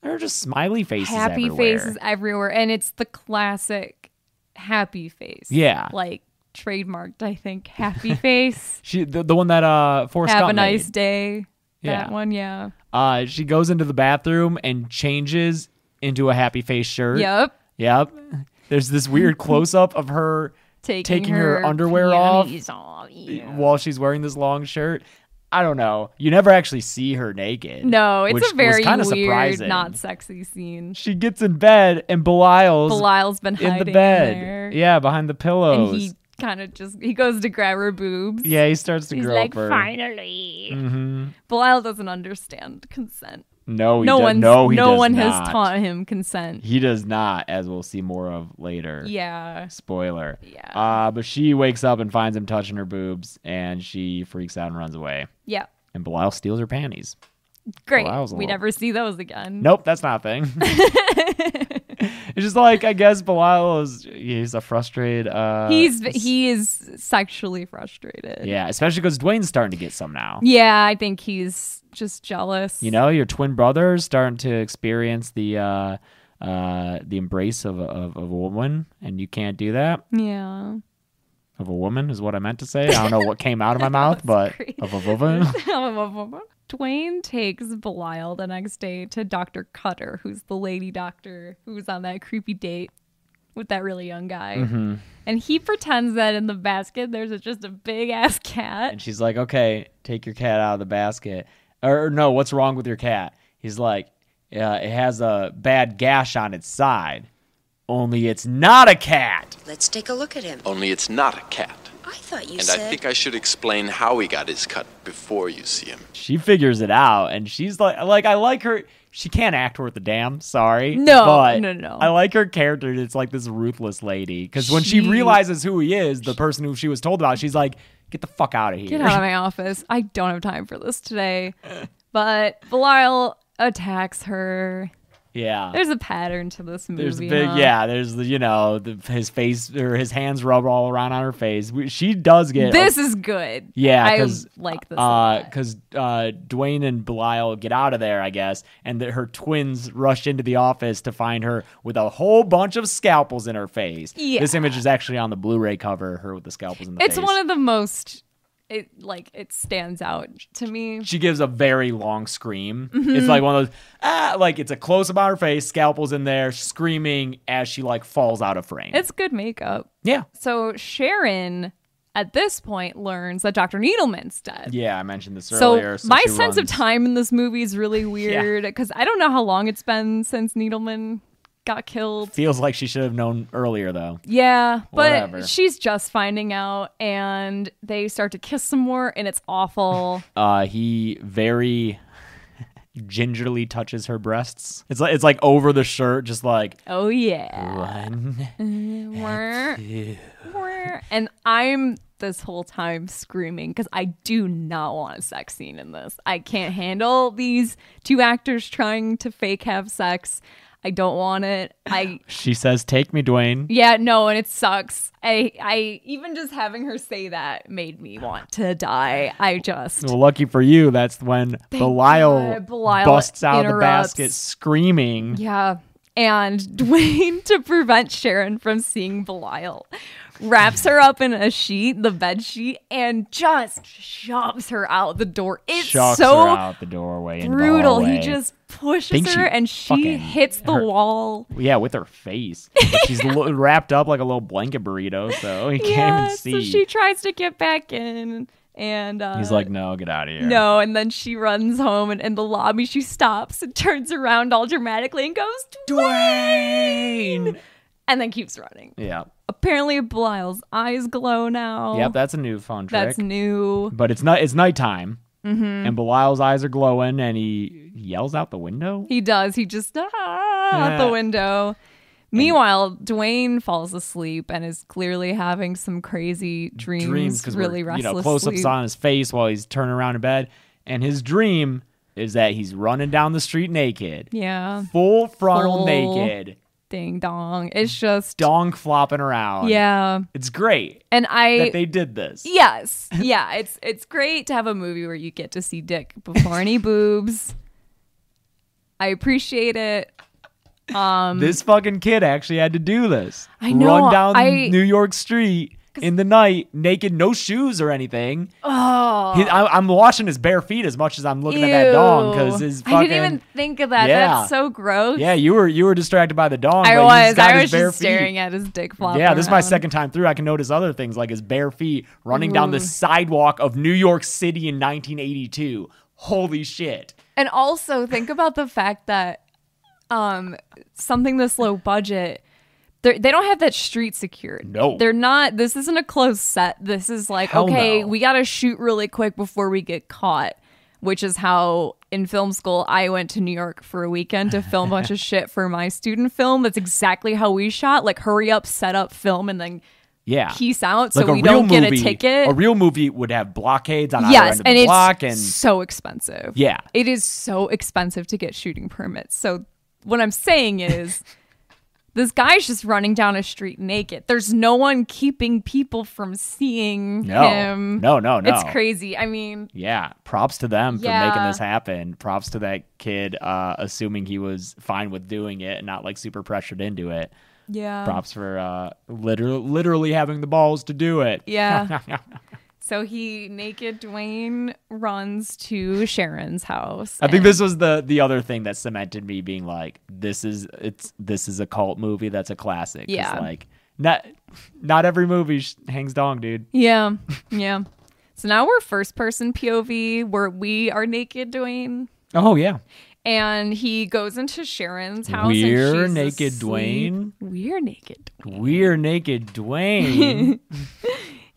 Speaker 4: There are just smiley faces.
Speaker 5: happy
Speaker 4: everywhere.
Speaker 5: faces everywhere. And it's the classic happy face.
Speaker 4: Yeah.
Speaker 5: Like trademarked, I think. Happy face.
Speaker 4: She, the, the one that, uh, Forrest
Speaker 5: Have
Speaker 4: Gump
Speaker 5: a nice
Speaker 4: made.
Speaker 5: day.
Speaker 4: Yeah.
Speaker 5: That one, yeah.
Speaker 4: Uh, she goes into the bathroom and changes into a happy face shirt.
Speaker 5: Yep.
Speaker 4: Yep. There's this weird close up of her
Speaker 5: Taking
Speaker 4: taking, her,
Speaker 5: her
Speaker 4: underwear
Speaker 5: panties
Speaker 4: off,
Speaker 5: off,
Speaker 4: while she's wearing this long shirt. I don't know. You never actually see her naked.
Speaker 5: No, it's
Speaker 4: which was
Speaker 5: a very
Speaker 4: kinda
Speaker 5: weird,
Speaker 4: surprising.
Speaker 5: not sexy scene.
Speaker 4: She gets in bed and Belial's
Speaker 5: Belial's been
Speaker 4: in the
Speaker 5: hiding in
Speaker 4: bed.
Speaker 5: there.
Speaker 4: Yeah, behind the pillows.
Speaker 5: and he kind of just he goes to grab her boobs.
Speaker 4: yeah, he starts to
Speaker 5: He's
Speaker 4: grope
Speaker 5: like,
Speaker 4: her.
Speaker 5: finally.
Speaker 4: hmm
Speaker 5: Belial doesn't understand consent.
Speaker 4: No, he
Speaker 5: no
Speaker 4: does-
Speaker 5: one's,
Speaker 4: no, he
Speaker 5: no
Speaker 4: does
Speaker 5: one has
Speaker 4: not.
Speaker 5: taught him consent.
Speaker 4: He does not, as we'll see more of later.
Speaker 5: Yeah.
Speaker 4: Spoiler. Yeah. Uh, but she wakes up and finds him touching her boobs, and she freaks out and runs away.
Speaker 5: Yeah.
Speaker 4: And Belial steals her panties.
Speaker 5: Great.
Speaker 4: Belial's a
Speaker 5: we
Speaker 4: little-
Speaker 5: never see those again.
Speaker 4: Nope, that's not a thing. it's just like I guess Belial is he's a frustrated. Uh,
Speaker 5: He's he is sexually frustrated.
Speaker 4: yeah, especially because Dwayne's starting to get some now.
Speaker 5: Yeah, I think he's just jealous.
Speaker 4: You know, your twin brother's starting to experience the uh, uh, the embrace of, of of a woman, and you can't do that.
Speaker 5: Yeah.
Speaker 4: Of a woman is what I meant to say. I don't know what came out of my mouth, but of a woman.
Speaker 5: Dwayne takes Belial the next day to Dr. Cutter, who's the lady doctor who was on that creepy date with that really young guy.
Speaker 4: Mhm.
Speaker 5: And he pretends that in the basket there's a, just a big ass cat.
Speaker 4: And she's like, okay, take your cat out of the basket. Or, or no, what's wrong with your cat? He's like, uh, it has a bad gash on its side. Only it's not a cat.
Speaker 12: Let's take a look at him.
Speaker 11: Only it's not a cat.
Speaker 12: I thought you
Speaker 11: and
Speaker 12: said.
Speaker 11: I think I should explain how he got his cut before you see him.
Speaker 4: She figures it out, and she's like, like I like her. She can't act worth a damn. Sorry,
Speaker 5: No,
Speaker 4: but
Speaker 5: no, no.
Speaker 4: I like her character. It's like this ruthless lady. Because when she,
Speaker 5: She-
Speaker 4: realizes who he is, the person who she was told about, she's like, get the fuck out of here.
Speaker 5: Get out of my office. I don't have time for this today. But Belial attacks her.
Speaker 4: yeah.
Speaker 5: There's a pattern to this movie.
Speaker 4: There's a big
Speaker 5: huh?
Speaker 4: yeah. There's the you know the, his face or his hands rub all around on her face. We- She does get
Speaker 5: This is good.
Speaker 4: yeah.
Speaker 5: I
Speaker 4: 'cause,
Speaker 5: like this. a
Speaker 4: Uh, because uh, Dwayne and Belial get out of there, I guess, and that her twins rush into the office to find her with a whole bunch of scalpels in her face. This
Speaker 5: Yeah.
Speaker 4: image is actually on the Blu-ray cover. Her with the scalpels in the
Speaker 5: it's
Speaker 4: face.
Speaker 5: one of the most it like it stands out to me
Speaker 4: she gives a very long scream.
Speaker 5: Mhm.
Speaker 4: It's like one of those ah, like it's a close up on her face, scalpels in there, screaming as she like falls out of frame.
Speaker 5: it's good makeup
Speaker 4: yeah.
Speaker 5: so sharon at this point learns that dr needleman's dead
Speaker 4: Yeah, I mentioned this
Speaker 5: so
Speaker 4: earlier.
Speaker 5: my
Speaker 4: she
Speaker 5: sense of
Speaker 4: runs-
Speaker 5: time in this movie is really weird because i don't know how long it's been since needleman got killed
Speaker 4: feels like she should have known earlier, though.
Speaker 5: yeah but
Speaker 4: Whatever.
Speaker 5: she's just finding out and they start to kiss some more and it's awful
Speaker 4: Uh, he very gingerly touches her breasts. It's like it's like over the shirt, just like
Speaker 5: oh yeah
Speaker 4: one.
Speaker 5: Wah.
Speaker 4: two.
Speaker 5: Wah. and I'm this whole time screaming because I do not want a sex scene in this. I can't handle these two actors trying to fake have sex. I don't want it. I
Speaker 4: She says, "Take me, Dwayne."
Speaker 5: yeah, no, and it sucks. I I even just having her say that made me want to die. I just
Speaker 4: Well, lucky for you, that's when
Speaker 5: Thank
Speaker 4: Belial,
Speaker 5: God, Belial
Speaker 4: busts out of the
Speaker 5: interrupts.
Speaker 4: basket screaming.
Speaker 5: Yeah. And Dwayne, to prevent Sharon from seeing Belial, wraps her up in a sheet, the bed sheet, and just shoves her out the door. It's
Speaker 4: Shocks
Speaker 5: so
Speaker 4: her out the doorway. into the
Speaker 5: brutal. He
Speaker 4: hallway.
Speaker 5: just pushes
Speaker 4: Think
Speaker 5: her and she
Speaker 4: fucking
Speaker 5: hits the
Speaker 4: hurt-
Speaker 5: wall.
Speaker 4: Yeah, with her face. But she's lo- wrapped up like a little blanket burrito, so he can't
Speaker 5: yeah,
Speaker 4: even see.
Speaker 5: so she tries to get back in And uh,
Speaker 4: He's like, no, get out of here.
Speaker 5: no. And then she runs home, and in the lobby, she stops and turns around all dramatically and goes, Dwayne! And then keeps running.
Speaker 4: Yeah.
Speaker 5: Apparently, Blyle's eyes glow now.
Speaker 4: Yep, that's a new phone trick.
Speaker 5: That's new.
Speaker 4: But it's not. It's nighttime,
Speaker 5: Mhm.
Speaker 4: and Belial's eyes are glowing, and he yells out the window.
Speaker 5: He does. He just ah, out
Speaker 4: Yeah.
Speaker 5: the window. Meanwhile, Dwayne falls asleep and is clearly having some crazy dreams,
Speaker 4: Dreams because
Speaker 5: really
Speaker 4: we're, you
Speaker 5: restless
Speaker 4: know close-ups
Speaker 5: sleep.
Speaker 4: on his face while he's turning around in bed, and his dream is that he's running down the street naked,
Speaker 5: Yeah.
Speaker 4: full frontal
Speaker 5: Full
Speaker 4: naked,
Speaker 5: Ding dong. It's just
Speaker 4: dong flopping around.
Speaker 5: yeah.
Speaker 4: it's great
Speaker 5: And I
Speaker 4: that they did this.
Speaker 5: Yes. Yeah, it's it's great to have a movie where you get to see dick before any boobs. I appreciate it. Um
Speaker 4: this fucking kid actually had to do this.
Speaker 5: I know,
Speaker 4: Run down
Speaker 5: I-
Speaker 4: New York street in the night, naked, no shoes or anything.
Speaker 5: Oh.
Speaker 4: He- I, I'm watching his bare feet as much as I'm looking at that dong because
Speaker 5: Ew.
Speaker 4: his fucking.
Speaker 5: I didn't even think of that.
Speaker 4: Yeah.
Speaker 5: That's so gross.
Speaker 4: yeah, you were you were distracted by the dong.
Speaker 5: I
Speaker 4: but he's
Speaker 5: was.
Speaker 4: got
Speaker 5: I
Speaker 4: his
Speaker 5: was
Speaker 4: bare
Speaker 5: just staring at his dick flop.
Speaker 4: Yeah, this is my
Speaker 5: around.
Speaker 4: second time through. I can notice other things like his bare feet running down the
Speaker 5: Ooh.
Speaker 4: sidewalk of New York City in 1982. Holy shit!
Speaker 5: And also think about the fact that um something this low budget they're- they don't have that street secured.
Speaker 4: No.
Speaker 5: They're not this isn't a closed set. This is like
Speaker 4: Hell
Speaker 5: okay,
Speaker 4: no.
Speaker 5: we got to shoot really quick before we get caught, which is how in film school I went to New York for a weekend to film a bunch of shit for my student film. That's exactly how we shot, like hurry up, set up, film and then
Speaker 4: Yeah,
Speaker 5: peace out
Speaker 4: Like
Speaker 5: so
Speaker 4: a
Speaker 5: we
Speaker 4: real
Speaker 5: don't get a
Speaker 4: movie-
Speaker 5: ticket.
Speaker 4: A real movie would have blockades on either end
Speaker 5: yes,
Speaker 4: of
Speaker 5: and
Speaker 4: the
Speaker 5: it's
Speaker 4: block and
Speaker 5: so expensive.
Speaker 4: Yeah.
Speaker 5: it is so expensive to get shooting permits. So what I'm saying is, this guy's just running down a street naked. There's no one keeping people from seeing
Speaker 4: No.
Speaker 5: him.
Speaker 4: No, no, no.
Speaker 5: It's crazy. I mean,
Speaker 4: Yeah, props to them for making
Speaker 5: Yeah.
Speaker 4: this happen. Props to that kid, uh, assuming he was fine with doing it and not like super pressured into it.
Speaker 5: yeah,
Speaker 4: Props for uh, literally, literally having the balls to do it.
Speaker 5: Yeah. So he naked Dwayne runs to Sharon's house.
Speaker 4: I think
Speaker 5: and-
Speaker 4: this was the the other thing that cemented me being like, this is it's this is a cult movie that's a classic. 'Cause,
Speaker 5: Yeah.
Speaker 4: like not not every movie sh- hangs dong, dude.
Speaker 5: Yeah, yeah. So now we're first person POV where we are naked Dwayne.
Speaker 4: Oh yeah,
Speaker 5: and he goes into Sharon's house.
Speaker 4: We're
Speaker 5: and she's
Speaker 4: naked
Speaker 5: asleep.
Speaker 4: Dwayne.
Speaker 5: We're naked.
Speaker 4: we're naked, Dwayne.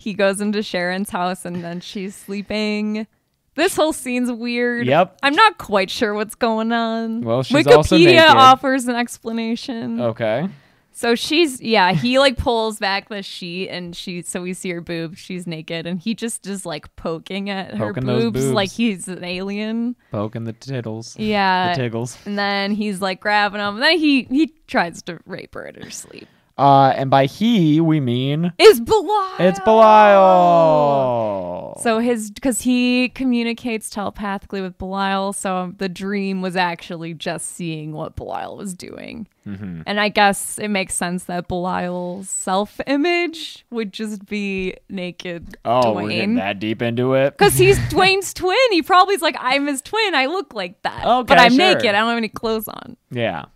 Speaker 5: He goes into Sharon's house and then she's sleeping. This whole scene's weird.
Speaker 4: Yep.
Speaker 5: I'm not quite sure what's going on.
Speaker 4: Well, she's
Speaker 5: Wikipedia
Speaker 4: also naked. Oh.
Speaker 5: offers an explanation.
Speaker 4: okay.
Speaker 5: So she's yeah, he like pulls back the sheet and she so we see her boobs, she's naked, and he just is like poking at her
Speaker 4: Poking those boobs.
Speaker 5: like he's an alien.
Speaker 4: Poking the tittles.
Speaker 5: Yeah.
Speaker 4: The tiggles.
Speaker 5: And then he's like grabbing him. And then he he tries to rape her in her sleep.
Speaker 4: Uh, and by he, we mean
Speaker 5: Is Belial.
Speaker 4: it's Belial.
Speaker 5: So his because he communicates telepathically with Belial, so the dream was actually just seeing what Belial was doing.
Speaker 4: Mhm.
Speaker 5: And I guess it makes sense that Belial's self-image would just be naked
Speaker 4: oh, we're getting
Speaker 5: Dwayne.
Speaker 4: that deep into it.
Speaker 5: Because he's Dwayne's twin. He probably's like, I'm his twin. I look like that. but
Speaker 4: Okay,
Speaker 5: I'm
Speaker 4: sure.
Speaker 5: naked. I don't have any clothes on.
Speaker 4: yeah,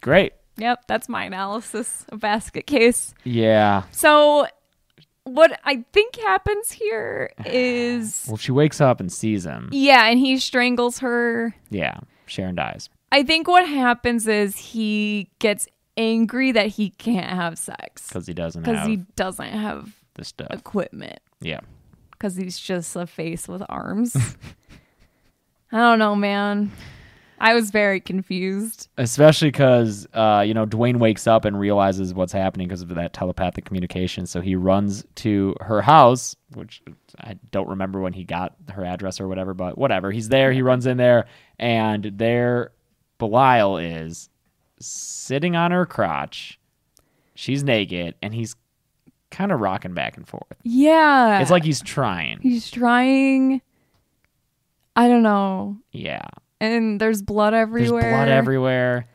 Speaker 4: great.
Speaker 5: Yep, that's my analysis of basket case.
Speaker 4: Yeah.
Speaker 5: So what I think happens here is
Speaker 4: Well, she wakes up and sees him.
Speaker 5: yeah, and he strangles her.
Speaker 4: Yeah, Sharon dies.
Speaker 5: I think what happens is he gets angry that he can't have sex
Speaker 4: 'Cause he doesn't
Speaker 5: because he
Speaker 4: have
Speaker 5: doesn't have
Speaker 4: the stuff.
Speaker 5: equipment
Speaker 4: Yeah.
Speaker 5: because he's just a face with arms. I don't know, man. I was very confused.
Speaker 4: Especially because, uh, you know, Dwayne wakes up and realizes what's happening because of that telepathic communication. So he runs to her house, which I don't remember when he got her address or whatever, but whatever. He's there. He runs in there, and there Belial is sitting on her crotch. She's naked, and he's kind of rocking back and forth.
Speaker 5: Yeah,
Speaker 4: It's like he's trying.
Speaker 5: he's trying. I don't know,
Speaker 4: Yeah.
Speaker 5: and there's blood
Speaker 4: There's
Speaker 5: everywhere.
Speaker 4: blood everywhere.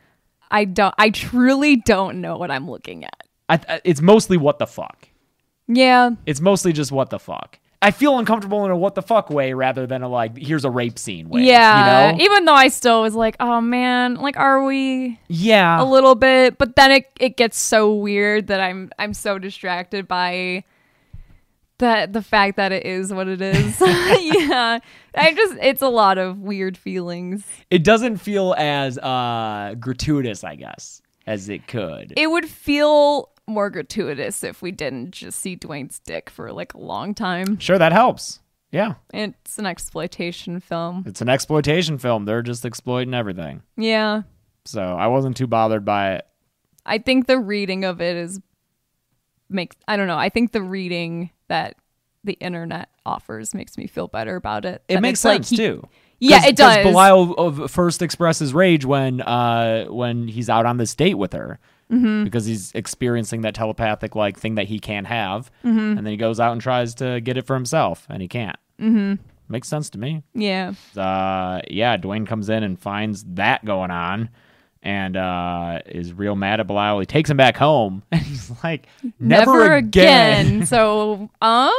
Speaker 5: I don't. I truly don't know what I'm looking at.
Speaker 4: I th- uh, it's mostly what the fuck.
Speaker 5: Yeah,
Speaker 4: It's mostly just what the fuck. I feel uncomfortable in a what the fuck way rather than a like here's a rape scene way.
Speaker 5: yeah.
Speaker 4: You know?
Speaker 5: Even though I still was like, oh man, like, are we?
Speaker 4: yeah.
Speaker 5: a little bit but then it, it gets so weird that i'm i'm so distracted by that the fact that it is what it is. yeah. I just it's a lot of weird feelings.
Speaker 4: It doesn't feel as uh, gratuitous, I guess, as it could.
Speaker 5: It would feel more gratuitous if we didn't just see Dwayne's dick for like a long time.
Speaker 4: sure, that helps. Yeah,
Speaker 5: It's an exploitation film.
Speaker 4: it's an exploitation film. They're just exploiting everything.
Speaker 5: Yeah.
Speaker 4: So I wasn't too bothered by it.
Speaker 5: I think the reading of it is makes I don't know. I think the reading that the internet offers makes me feel better about it.
Speaker 4: It
Speaker 5: That
Speaker 4: makes
Speaker 5: it's like
Speaker 4: sense
Speaker 5: he-
Speaker 4: too.
Speaker 5: Yeah,
Speaker 4: 'Cause-
Speaker 5: it does.
Speaker 4: 'cause Belial of first expresses rage when uh, when he's out on this date with her
Speaker 5: Mhm.
Speaker 4: because he's experiencing that telepathic like thing that he can't have,
Speaker 5: Mhm.
Speaker 4: and then he goes out and tries to get it for himself, and he can't.
Speaker 5: Mhm.
Speaker 4: Makes sense to me.
Speaker 5: Yeah.
Speaker 4: Uh, yeah, Dwayne comes in and finds that going on, and uh, is real mad at Belial. He takes him back home, and he's like, "Never, again."
Speaker 5: again. so, um,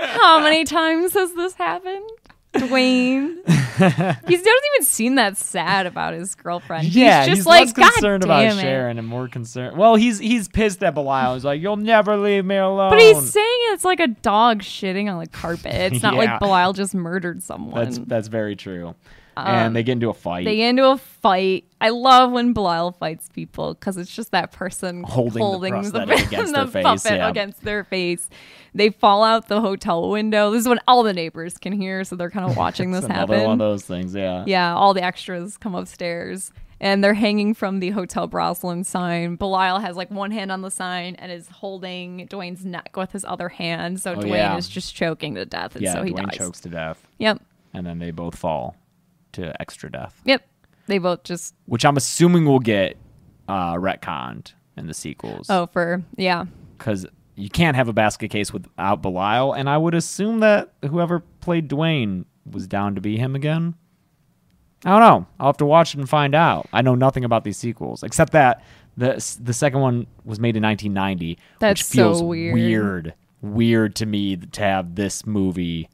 Speaker 5: how many times has this happened? Dwayne. he's not even seen that sad about his girlfriend.
Speaker 4: Yeah,
Speaker 5: he's
Speaker 4: he's,
Speaker 5: just like
Speaker 4: less
Speaker 5: God
Speaker 4: concerned
Speaker 5: damn
Speaker 4: about
Speaker 5: it.
Speaker 4: Sharon and more concerned. Well, he's he's pissed at Belial. He's like, "You'll never leave me alone."
Speaker 5: But he's saying it's like a dog shitting on the carpet. It's not
Speaker 4: Yeah.
Speaker 5: like Belial just murdered someone.
Speaker 4: that's that's very true.
Speaker 5: Um,
Speaker 4: and they get into a fight,
Speaker 5: They get into a fight. I love when Belial fights people because it's just that person
Speaker 4: Holding the prosthetic against
Speaker 5: the
Speaker 4: their face,
Speaker 5: puppet
Speaker 4: yeah.
Speaker 5: against their face. They fall out the hotel window. This is when all the neighbors can hear, so they're kind of watching
Speaker 4: It's
Speaker 5: this
Speaker 4: another
Speaker 5: happen.
Speaker 4: one of those things. Yeah,
Speaker 5: Yeah, all the extras come upstairs and they're hanging from the Hotel Broslin sign. Belial has like one hand on the sign and is holding Dwayne's neck with his other hand. So
Speaker 4: Oh,
Speaker 5: Dwayne
Speaker 4: yeah.
Speaker 5: is just choking to death. And
Speaker 4: yeah.
Speaker 5: so he
Speaker 4: Dwayne
Speaker 5: dies.
Speaker 4: chokes to death.
Speaker 5: Yep.
Speaker 4: and then they both fall to extra death,
Speaker 5: Yep. They both just,
Speaker 4: which I'm assuming will get uh, retconned in the sequels.
Speaker 5: oh, for, yeah.
Speaker 4: because you can't have a basket case without Belial, and I would assume that whoever played Dwayne was down to be him again. I don't know. I'll have to watch it and find out. I know nothing about these sequels except that the the second one was made in 1990,
Speaker 5: That's
Speaker 4: which feels
Speaker 5: so weird.
Speaker 4: weird, weird to me to have this movie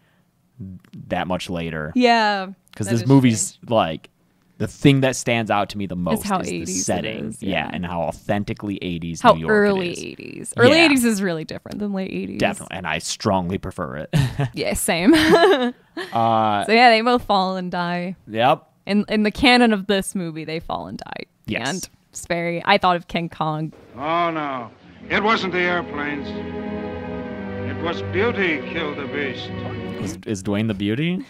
Speaker 4: that much later.
Speaker 5: Yeah.
Speaker 4: because
Speaker 5: that
Speaker 4: this
Speaker 5: is
Speaker 4: movie's like the thing that stands out to me the most
Speaker 5: how
Speaker 4: is
Speaker 5: 80s
Speaker 4: the
Speaker 5: it
Speaker 4: setting,
Speaker 5: is,
Speaker 4: yeah.
Speaker 5: yeah.
Speaker 4: and how authentically 80s
Speaker 5: How
Speaker 4: New York it
Speaker 5: early
Speaker 4: is.
Speaker 5: 80s. Early
Speaker 4: Yeah.
Speaker 5: 80s is really different than late 80s.
Speaker 4: Definitely, and I strongly prefer it.
Speaker 5: Yeah, same. so
Speaker 4: uh,
Speaker 5: yeah, they both fall and die.
Speaker 4: yep.
Speaker 5: In in the canon of this movie, they fall and die.
Speaker 4: Yes.
Speaker 5: And it's very I thought of King Kong.
Speaker 13: Oh, no. It wasn't the airplanes. It was beauty killed the beast.
Speaker 4: Is, is Dwayne the beauty?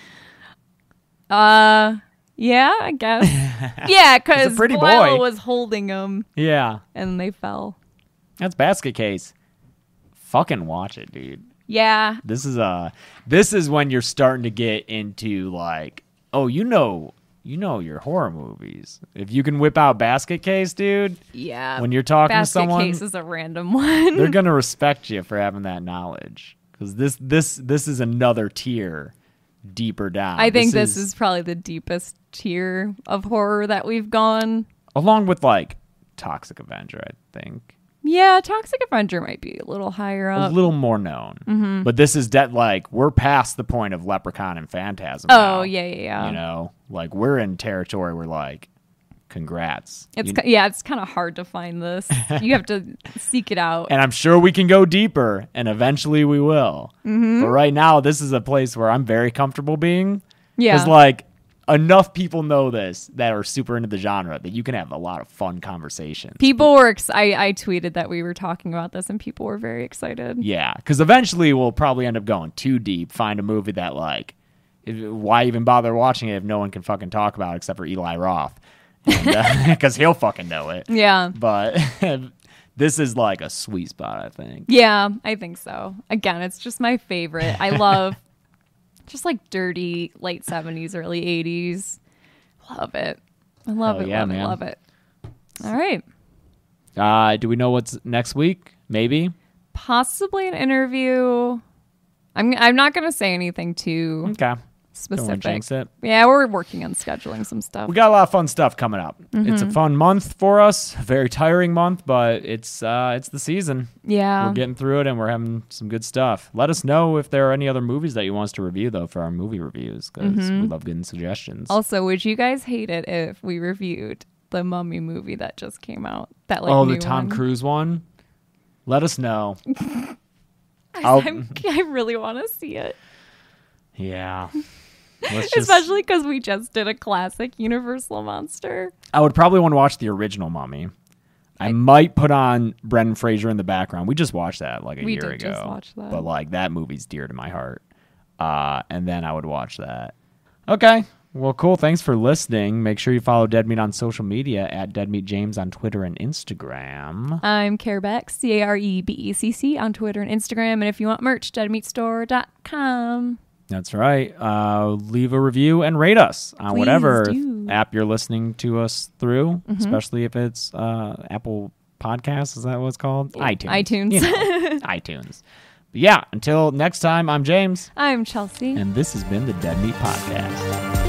Speaker 5: Uh yeah, I guess. yeah, because
Speaker 4: pretty boy.
Speaker 5: was holding him
Speaker 4: Yeah,
Speaker 5: and they fell.
Speaker 4: that's basket case. Fucking watch it, dude.
Speaker 5: Yeah.
Speaker 4: This is uh this is when you're starting to get into like, oh, you know, you know your horror movies. If you can whip out basket case, dude,
Speaker 5: Yeah.
Speaker 4: When you're talking to
Speaker 5: Basket
Speaker 4: someone-
Speaker 5: case is a random one.
Speaker 4: they're gonna respect you for having that knowledge. Because this this this is another tier deeper down.
Speaker 5: I think this, is probably the deepest tier of horror that we've gone.
Speaker 4: along with like Toxic Avenger, I think.
Speaker 5: Yeah, Toxic Avenger might be a little higher up.
Speaker 4: a little more known.
Speaker 5: Mhm.
Speaker 4: But this is dead. Like we're past the point of Leprechaun and Phantasm.
Speaker 5: Oh,
Speaker 4: now,
Speaker 5: yeah, yeah, yeah.
Speaker 4: You know, like we're in territory where like, congrats.
Speaker 5: It's
Speaker 4: You-
Speaker 5: ki- yeah, it's kind of hard to find this. you have to seek it out.
Speaker 4: and I'm sure we can go deeper, and eventually we will.
Speaker 5: Mhm.
Speaker 4: But right now, this is a place where I'm very comfortable being.
Speaker 5: Yeah.
Speaker 4: because like enough people know this that are super into the genre that you can have a lot of fun conversations.
Speaker 5: people were ex- I I tweeted that we were talking about this and people were very excited.
Speaker 4: Yeah, because eventually we'll probably end up going too deep, find a movie that like, if, why even bother watching it if no one can fucking talk about it except for Eli Roth, because he'll fucking know it.
Speaker 5: Yeah.
Speaker 4: But this is like a sweet spot, I think.
Speaker 5: Yeah, I think so. Again, it's just my favorite. I love just like dirty late 70s, early 80s. Love it. I love
Speaker 4: Hell Oh,
Speaker 5: it.
Speaker 4: yeah,
Speaker 5: love
Speaker 4: man.
Speaker 5: it. Love it. All right.
Speaker 4: Uh, do we know what's next week? Maybe.
Speaker 5: Possibly an interview. I'm I'm not going to say anything too
Speaker 4: Okay. Don't wanna
Speaker 5: specific.
Speaker 4: jinx it.
Speaker 5: Yeah, we're working on scheduling some stuff.
Speaker 4: We got a lot of fun stuff coming up. It's a
Speaker 5: Mhm.
Speaker 4: fun month for us, a very tiring month, but it's uh, it's the season.
Speaker 5: Yeah.
Speaker 4: we're getting through it, and we're having some good stuff. Let us know if there are any other movies that you want us to review, though, for our movie reviews, because we
Speaker 5: Mhm.
Speaker 4: love getting suggestions.
Speaker 5: Also, would you guys hate it if we reviewed the Mummy movie that just came out? That like
Speaker 4: oh, the
Speaker 5: new
Speaker 4: Tom
Speaker 5: one?
Speaker 4: Cruise one. Let us know.
Speaker 5: guys.
Speaker 4: I'll-
Speaker 5: I'm, I really want to see it.
Speaker 4: Yeah.
Speaker 5: Especially
Speaker 4: Let's
Speaker 5: 'cause
Speaker 4: just-
Speaker 5: Especially because we just did a classic Universal Monster.
Speaker 4: I would probably want to watch the original Mummy. I might put on Brendan Fraser in the background. We just watched that like a
Speaker 5: We
Speaker 4: year
Speaker 5: did
Speaker 4: ago.
Speaker 5: just watch that.
Speaker 4: But like that movie's dear to my heart. Uh, and then I would watch that. Okay. Well, cool. Thanks for listening. Make sure you follow Dead Meat on social media at Dead Meat James on Twitter and Instagram.
Speaker 5: I'm Carebeck, C A R E B E C C, on Twitter and Instagram. And if you want merch, deadmeatstore.com.
Speaker 4: That's right. Uh, leave a review and rate us on
Speaker 5: Please
Speaker 4: whatever
Speaker 5: do.
Speaker 4: app you're listening to us through,
Speaker 5: Mhm.
Speaker 4: especially if it's uh, Apple Podcasts. Is that what it's called? iTunes.
Speaker 5: iTunes.
Speaker 4: You know, iTunes. But yeah, until next time, I'm James,
Speaker 5: I'm Chelsea.
Speaker 4: and this has been the Dead Meat Podcast.